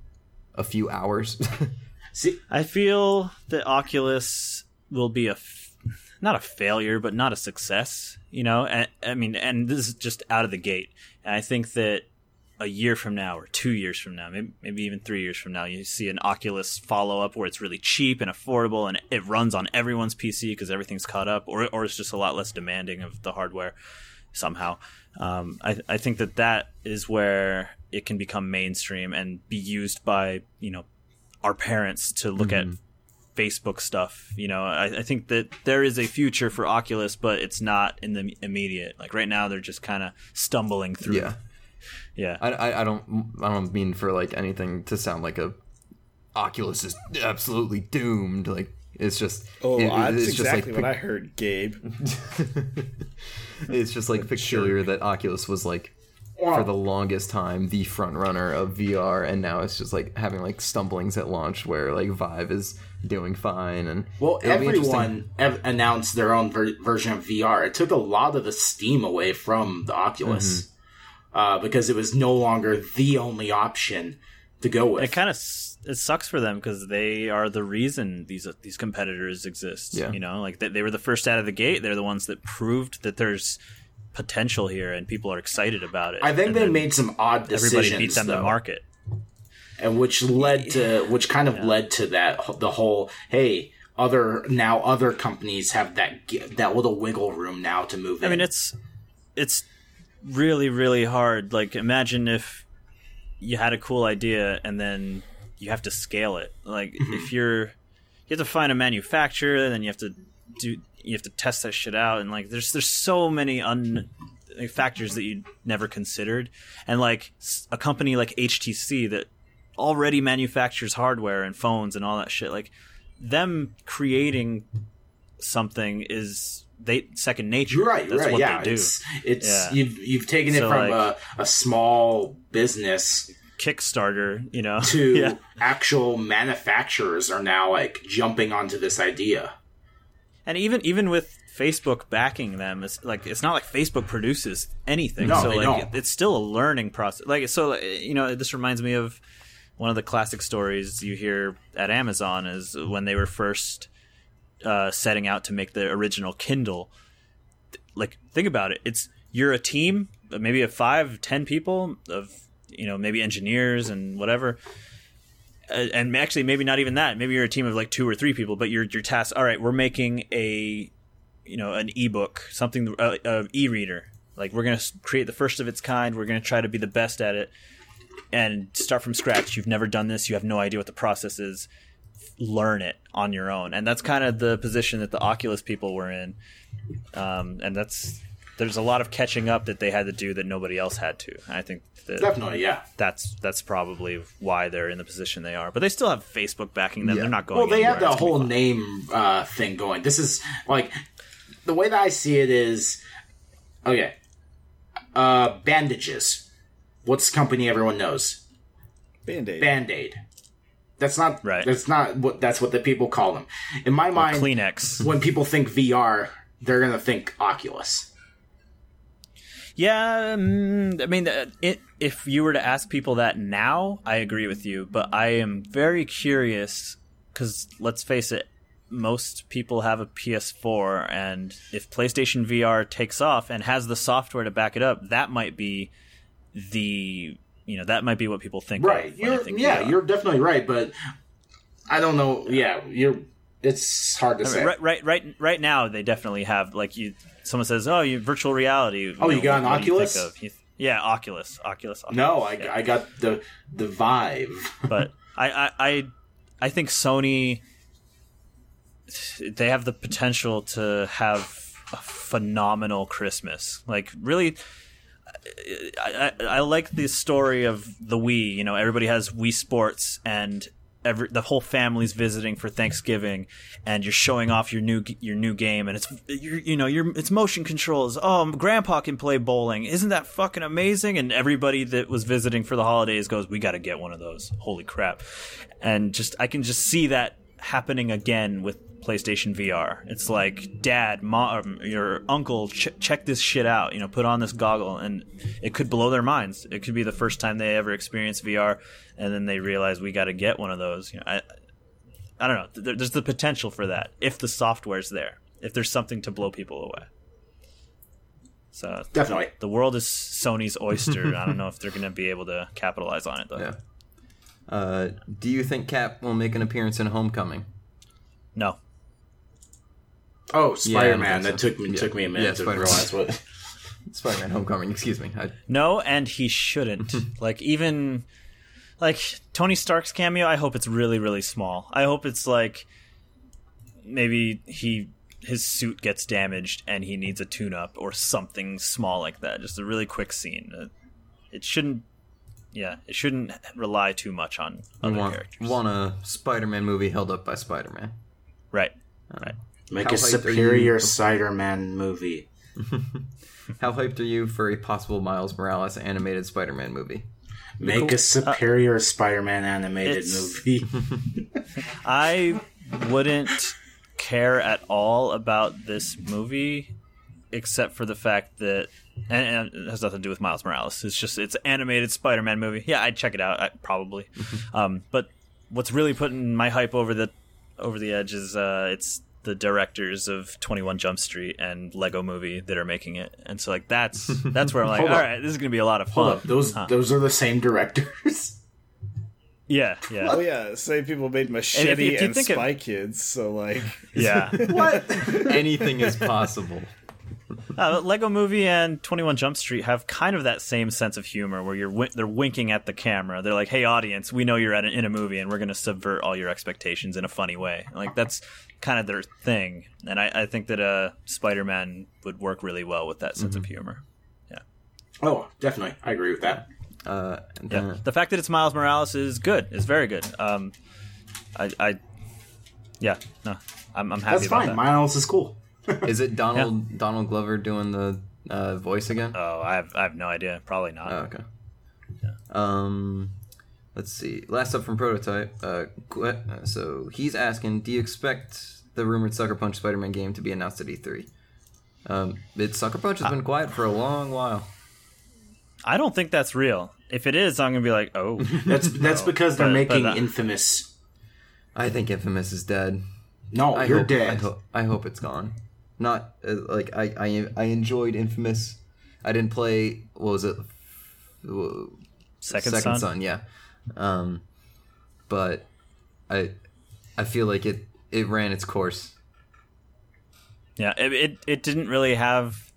S4: a few hours. *laughs*
S3: See,
S1: I feel that Oculus will be a f- not a failure, but not a success. You know, I, I mean, and this is just out of the gate. And I think that a year from now, or two years from now, maybe, maybe even three years from now, you see an Oculus follow up where it's really cheap and affordable, and it runs on everyone's PC because everything's caught up, or or it's just a lot less demanding of the hardware somehow. Um, I, I think that that is where it can become mainstream and be used by you know our parents to look at Facebook stuff. You know, I, I think that there is a future for Oculus, but it's not in the immediate. Like right now, they're just kind of stumbling through.
S4: yeah,
S1: yeah.
S4: I, I, I don't, I don't mean for like anything to sound like a Oculus is absolutely doomed. Like it's just,
S2: Oh,
S4: it- it-
S2: that's
S4: it's just, like,
S2: exactly what I heard, Gabe.
S4: *laughs* it's just like peculiar that Oculus was like for the longest time the front runner of VR, and now it's just like having like stumblings at launch where like Vive is doing fine and
S3: well,
S4: it'll be interesting.
S3: everyone ev- announced their own ver- version of VR. It took a lot of the steam away from the Oculus
S1: Mm-hmm.
S3: uh, because it was no longer the only option to go with.
S1: It kind of it sucks for them because they are the reason these uh, these competitors exist.
S4: Yeah.
S1: You know, like they, they were the first out of the gate. They're the ones that proved that there's potential here and people are excited about it.
S3: I think
S1: And
S3: they
S1: then
S3: made some odd decisions,
S1: everybody beat them to
S3: though.
S1: market.
S3: and which led to which kind of led to that the whole hey other now other companies have that gi- that little wiggle room now to move
S1: I
S3: in.
S1: mean, it's it's really really hard. Like, imagine if you had a cool idea and then you have to scale it. Like,
S3: Mm-hmm.
S1: if you're you have to find a manufacturer, and then you have to do you have to test that shit out, and like, there's there's so many un like, factors that you never considered, and like s- a company like HTC that already manufactures hardware and phones and all that shit. Like them creating something is they second nature.
S3: You're right.
S1: That's
S3: right.
S1: what
S3: yeah.
S1: they do.
S3: It's, it's
S1: Yeah.
S3: you've you've taken it
S1: So,
S3: from
S1: like-
S3: a, a small business
S1: Kickstarter, you know. *laughs*
S3: to
S1: yeah.
S3: actual manufacturers are now like jumping onto this idea.
S1: And even even with Facebook backing them, it's like it's not like Facebook produces anything.
S3: No,
S1: so
S3: they
S1: like
S3: don't.
S1: it's still a learning process. Like so like, you know, this reminds me of one of the classic stories you hear at Amazon is when they were first uh, setting out to make the original Kindle. Like think about it. It's you're a team, maybe of five, ten people of you know maybe engineers and whatever uh, and actually maybe not even that maybe you're a team of like two or three people but your your task all right we're making a you know an ebook something uh, uh, e-reader like we're going to create the first of its kind we're going to try to be the best at it and start from scratch you've never done this you have no idea what the process is learn it on your own and that's kind of the position that the oculus people were in um, and that's there's a lot of catching up that they had to do that nobody else had to And i think that
S3: Definitely, yeah.
S1: that's that's probably why they're in the position they are. But they still have Facebook backing them.
S4: Yeah.
S1: They're not going.
S3: Well, they have
S1: anywhere.
S3: the
S1: It's gonna
S3: whole
S1: be fun.
S3: name uh, thing going. This is like the way that I see it is okay. Uh, bandages. What's the company everyone knows?
S2: Band-Aid.
S3: Band Aid. That's not
S1: Right.
S3: That's not what. That's what the people call them. In my mind, *laughs*
S1: Kleenex.
S3: when people think VR, they're gonna think Oculus.
S1: Yeah, mm, I mean, uh, it, if you were to ask people that now, I agree with you. But I am very curious because let's face it, most people have a PS4, and if PlayStation VR takes off and has the software to back it up, that might be the you know that might be what people think. of
S3: Right.
S1: when they
S3: You're,
S1: think
S3: yeah,
S1: VR.
S3: you're definitely right, but I don't know. Yeah, you're. It's hard to
S1: I mean,
S3: say.
S1: right, right, right, right now they definitely have like you. Someone says, "Oh, you virtual reality."
S3: Oh, you got an
S1: what do you think
S3: Oculus?
S1: of? You th- yeah, Oculus, Oculus. Oculus
S3: No, I,
S1: yeah.
S3: I got the the Vive.
S1: *laughs* but I, I, I, I think Sony. They have the potential to have a phenomenal Christmas. Like really, I, I, I like the story of the Wii. You know, everybody has Wii Sports, and every the whole family's visiting for Thanksgiving, and you're showing off your new your new game, and it's you're, you know you're it's motion controls. Oh, Grandpa can play bowling. Isn't that fucking amazing? And everybody that was visiting for the holidays goes, "We got to get one of those." Holy crap! And just I can just see that happening again with PlayStation VR. It's like, Dad, Mom, your uncle, ch- check this shit out. You know, put on this goggle, and it could blow their minds. It could be the first time they ever experience VR, and then they realize we got to get one of those. You know, I, I don't know. There- There's the potential for that if the software's there. If there's something to blow people away. So
S3: Definitely.
S1: the world is Sony's oyster. I don't know if they're going to be able to capitalize on it though.
S4: Yeah. Uh, do you think Cap will make an appearance in Homecoming?
S1: No.
S3: Oh, Spider
S4: I
S3: Man.
S4: don't think
S3: that
S4: so.
S3: took me
S4: Yeah.
S3: took me a
S4: Yeah,
S3: minute to
S4: Spider-Man.
S3: realize what.
S4: Spider-Man: Homecoming. Excuse me. I,
S1: No, and he shouldn't. like even like Tony Stark's cameo, I hope it's really really small. I hope it's like maybe he his suit gets damaged and he needs a tune up or something small like that. Just a really quick scene. Uh, It shouldn't yeah, it shouldn't rely too much on
S4: I
S1: other
S4: want,
S1: characters.
S4: want a Spider-Man movie held up by Spider-Man.
S1: Right.
S3: *laughs* Make
S4: How
S3: a
S4: hyped are you-
S3: superior Spider Man movie.
S4: How hyped are you for a possible Miles Morales animated
S3: *laughs*
S4: Spider-Man movie?
S3: Make a superior Spider Man animated
S1: It's-
S3: movie.
S1: I wouldn't care at all about this movie, except for the fact that, and, and it has nothing to do with Miles Morales. It's just it's an animated Spider-Man movie. Yeah, I'd check it out I, probably.
S3: Mm-hmm.
S1: um, but what's really putting my hype over the over the edge is uh, it's the directors of 21 Jump Street and Lego Movie that are making it, and so like
S3: *laughs*
S1: that's that's where I'm like, all
S3: Hold
S1: right,
S3: up.
S1: this is gonna be a lot of
S3: Hold
S1: fun.
S3: up, those those are the same directors. *laughs*
S1: Yeah, yeah,
S2: Oh yeah, say people made machete
S1: if
S2: and,
S1: you think of-
S2: Spy Kids, so
S1: *laughs*
S2: like
S3: *laughs*
S1: yeah.
S3: what?
S4: Anything is possible.
S1: Uh, Lego Movie and Twenty One Jump Street have kind of that same sense of humor where you're win- they're winking at the camera. They're like, "Hey, audience, we know you're at an, in a movie, and we're going to subvert all your expectations in a funny way." Like that's kind of their thing, and I, I think that uh, Spider Man would work really well with that sense of humor.
S3: Oh, definitely, I agree with that.
S4: Uh, and
S1: Yeah.
S4: then-
S1: The fact that it's Miles Morales is good. It's very good. Um, I, I, yeah, no, I'm, I'm happy
S3: That's
S1: about
S3: fine.
S1: that.
S3: Miles is cool.
S4: Is it Donald Donald Glover doing the uh, voice again?
S1: oh, I have, I have no idea. Probably not.
S4: Oh, okay. Um, let's see. Last up from Prototype. Uh, Qu- uh, so he's asking, do you expect the rumored Sucker Punch Spider-Man game to be announced at E3? Um, it Sucker Punch has been quiet for a long while.
S1: I don't think that's real. If it is, I'm gonna be like, oh,
S3: That's that's because they're
S1: but-
S3: making
S1: but, uh,
S3: Infamous.
S4: I think Infamous is dead.
S3: No,
S4: I
S3: you're
S4: hope, I,
S3: dead.
S4: ho- I hope it's gone. Not uh, like I, I I enjoyed Infamous. I didn't play. What was it? Wh-
S1: second,
S4: Second
S1: son.
S4: Son, yeah. Um, but I I feel like it it ran its course.
S1: Yeah, it, it it didn't really have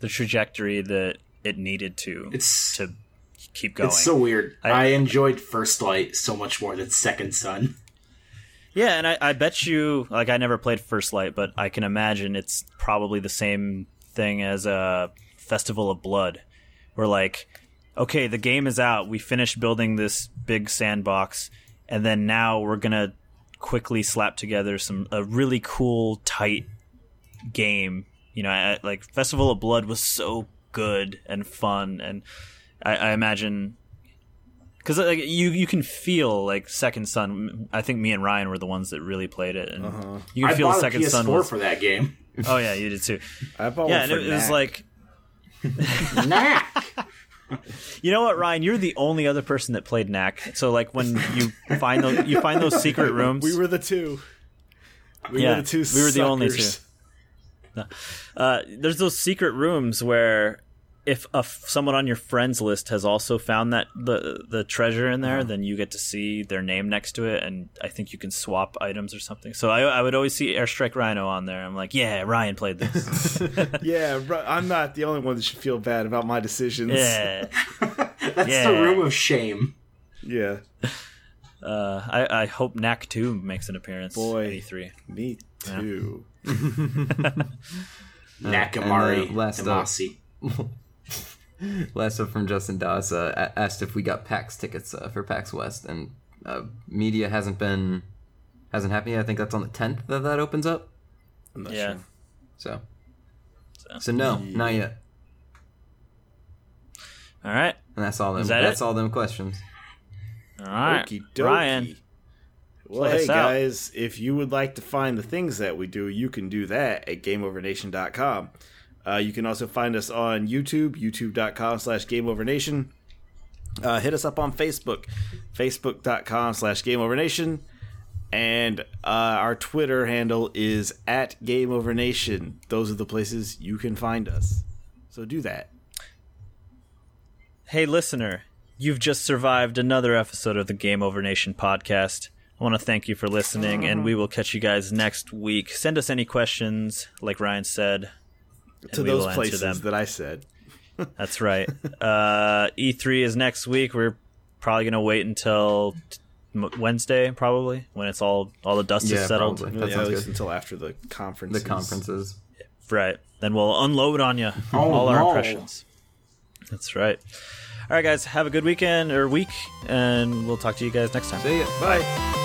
S1: the trajectory that it needed to
S3: It's
S1: to keep going.
S3: it's so weird.
S1: I-
S3: I, enjoyed First Light so much more than Second Son.
S1: yeah, and I, I bet you, like, I never played First Light, but I can imagine it's probably the same thing as a Festival of Blood, where like, okay, the game is out, we finished building this big sandbox, and then now we're gonna quickly slap together some a really cool tight game. You know, I, like Festival of Blood was so good and fun, and I, I imagine because like you you can feel like Second Son. I think me and Ryan were the ones that really played it, and you can
S3: Uh-huh. I
S1: feel
S3: bought a
S1: Second Son.
S3: PS4
S1: Was,
S3: for Oh, that game.
S1: oh yeah, you did
S3: *laughs*
S1: too.
S2: I bought
S1: yeah,
S2: one
S1: and
S2: for
S1: it, it was
S2: Knack.
S1: like
S3: Knack.
S1: you know what, Ryan, you're the only other person that played Knack. So like when you find those you find those secret rooms.
S2: *laughs* we were the two. We
S1: Yeah,
S2: were the two.
S1: we were the only *laughs*
S2: suckers.
S1: uh, there's those secret rooms where if a, f- someone on your friends list has also found that the the treasure in
S2: Uh-huh.
S1: there, then you get to see their name next to it, and I think you can swap items or something. So I, I would always see Airstrike Rhino on there. I'm like, yeah, Ryan played
S2: *laughs*
S1: this.
S2: Yeah, bro, I'm not the only one that should feel bad about my decisions.
S1: yeah,
S3: That's
S1: Yeah.
S3: the room of shame.
S2: Yeah.
S1: uh, I, I hope Knack Two makes an appearance.
S2: Boy.
S1: three.
S2: Me too.
S3: Nakamari.
S4: then last up.
S3: Damacy.
S4: Last up from Justin Doss uh, a- asked if we got PAX tickets uh, for PAX West, and uh, media hasn't been hasn't happened yet. I think that's on the tenth that that opens up.
S2: I'm not
S1: Yeah.
S2: sure.
S4: So, so no, not yet.
S1: All right.
S4: And that's all them.
S1: Is that
S4: that's
S1: it?
S4: all them questions.
S1: All right.
S2: Okey dokey.
S1: Ryan.
S2: Well,
S1: play
S2: hey
S1: us out.
S2: guys, if you would like to find the things that we do, you can do that at GameOverNation.com. Uh, you can also find us on YouTube, youtube.com slash GameOverNation. Uh, hit us up on Facebook, facebook.com slash GameOverNation. And uh, our Twitter handle is at GameOverNation. Those are the places you can find us. So do that.
S1: Hey, listener, you've just survived another episode of the Game Over Nation podcast. I want to thank you for listening, and we will catch you guys next week. Send us any questions, like Ryan said. and
S2: To
S1: we will
S2: those
S1: answer
S2: places
S1: them.
S2: that I said.
S1: That's right. Uh, E3 is next week. We're probably going to wait until t- m- Wednesday, probably, when it's all all the dust
S4: Yeah,
S1: is settled.
S4: probably.
S2: That
S4: That
S2: yeah, at
S4: sounds
S2: least
S4: good.
S2: until after the conference.
S4: The conferences.
S1: Right. Then we'll unload on you
S3: Oh,
S1: all our
S3: no.
S1: impressions. That's right. All right, guys, have a good weekend or week, and we'll talk to you guys next time.
S4: See ya. Bye.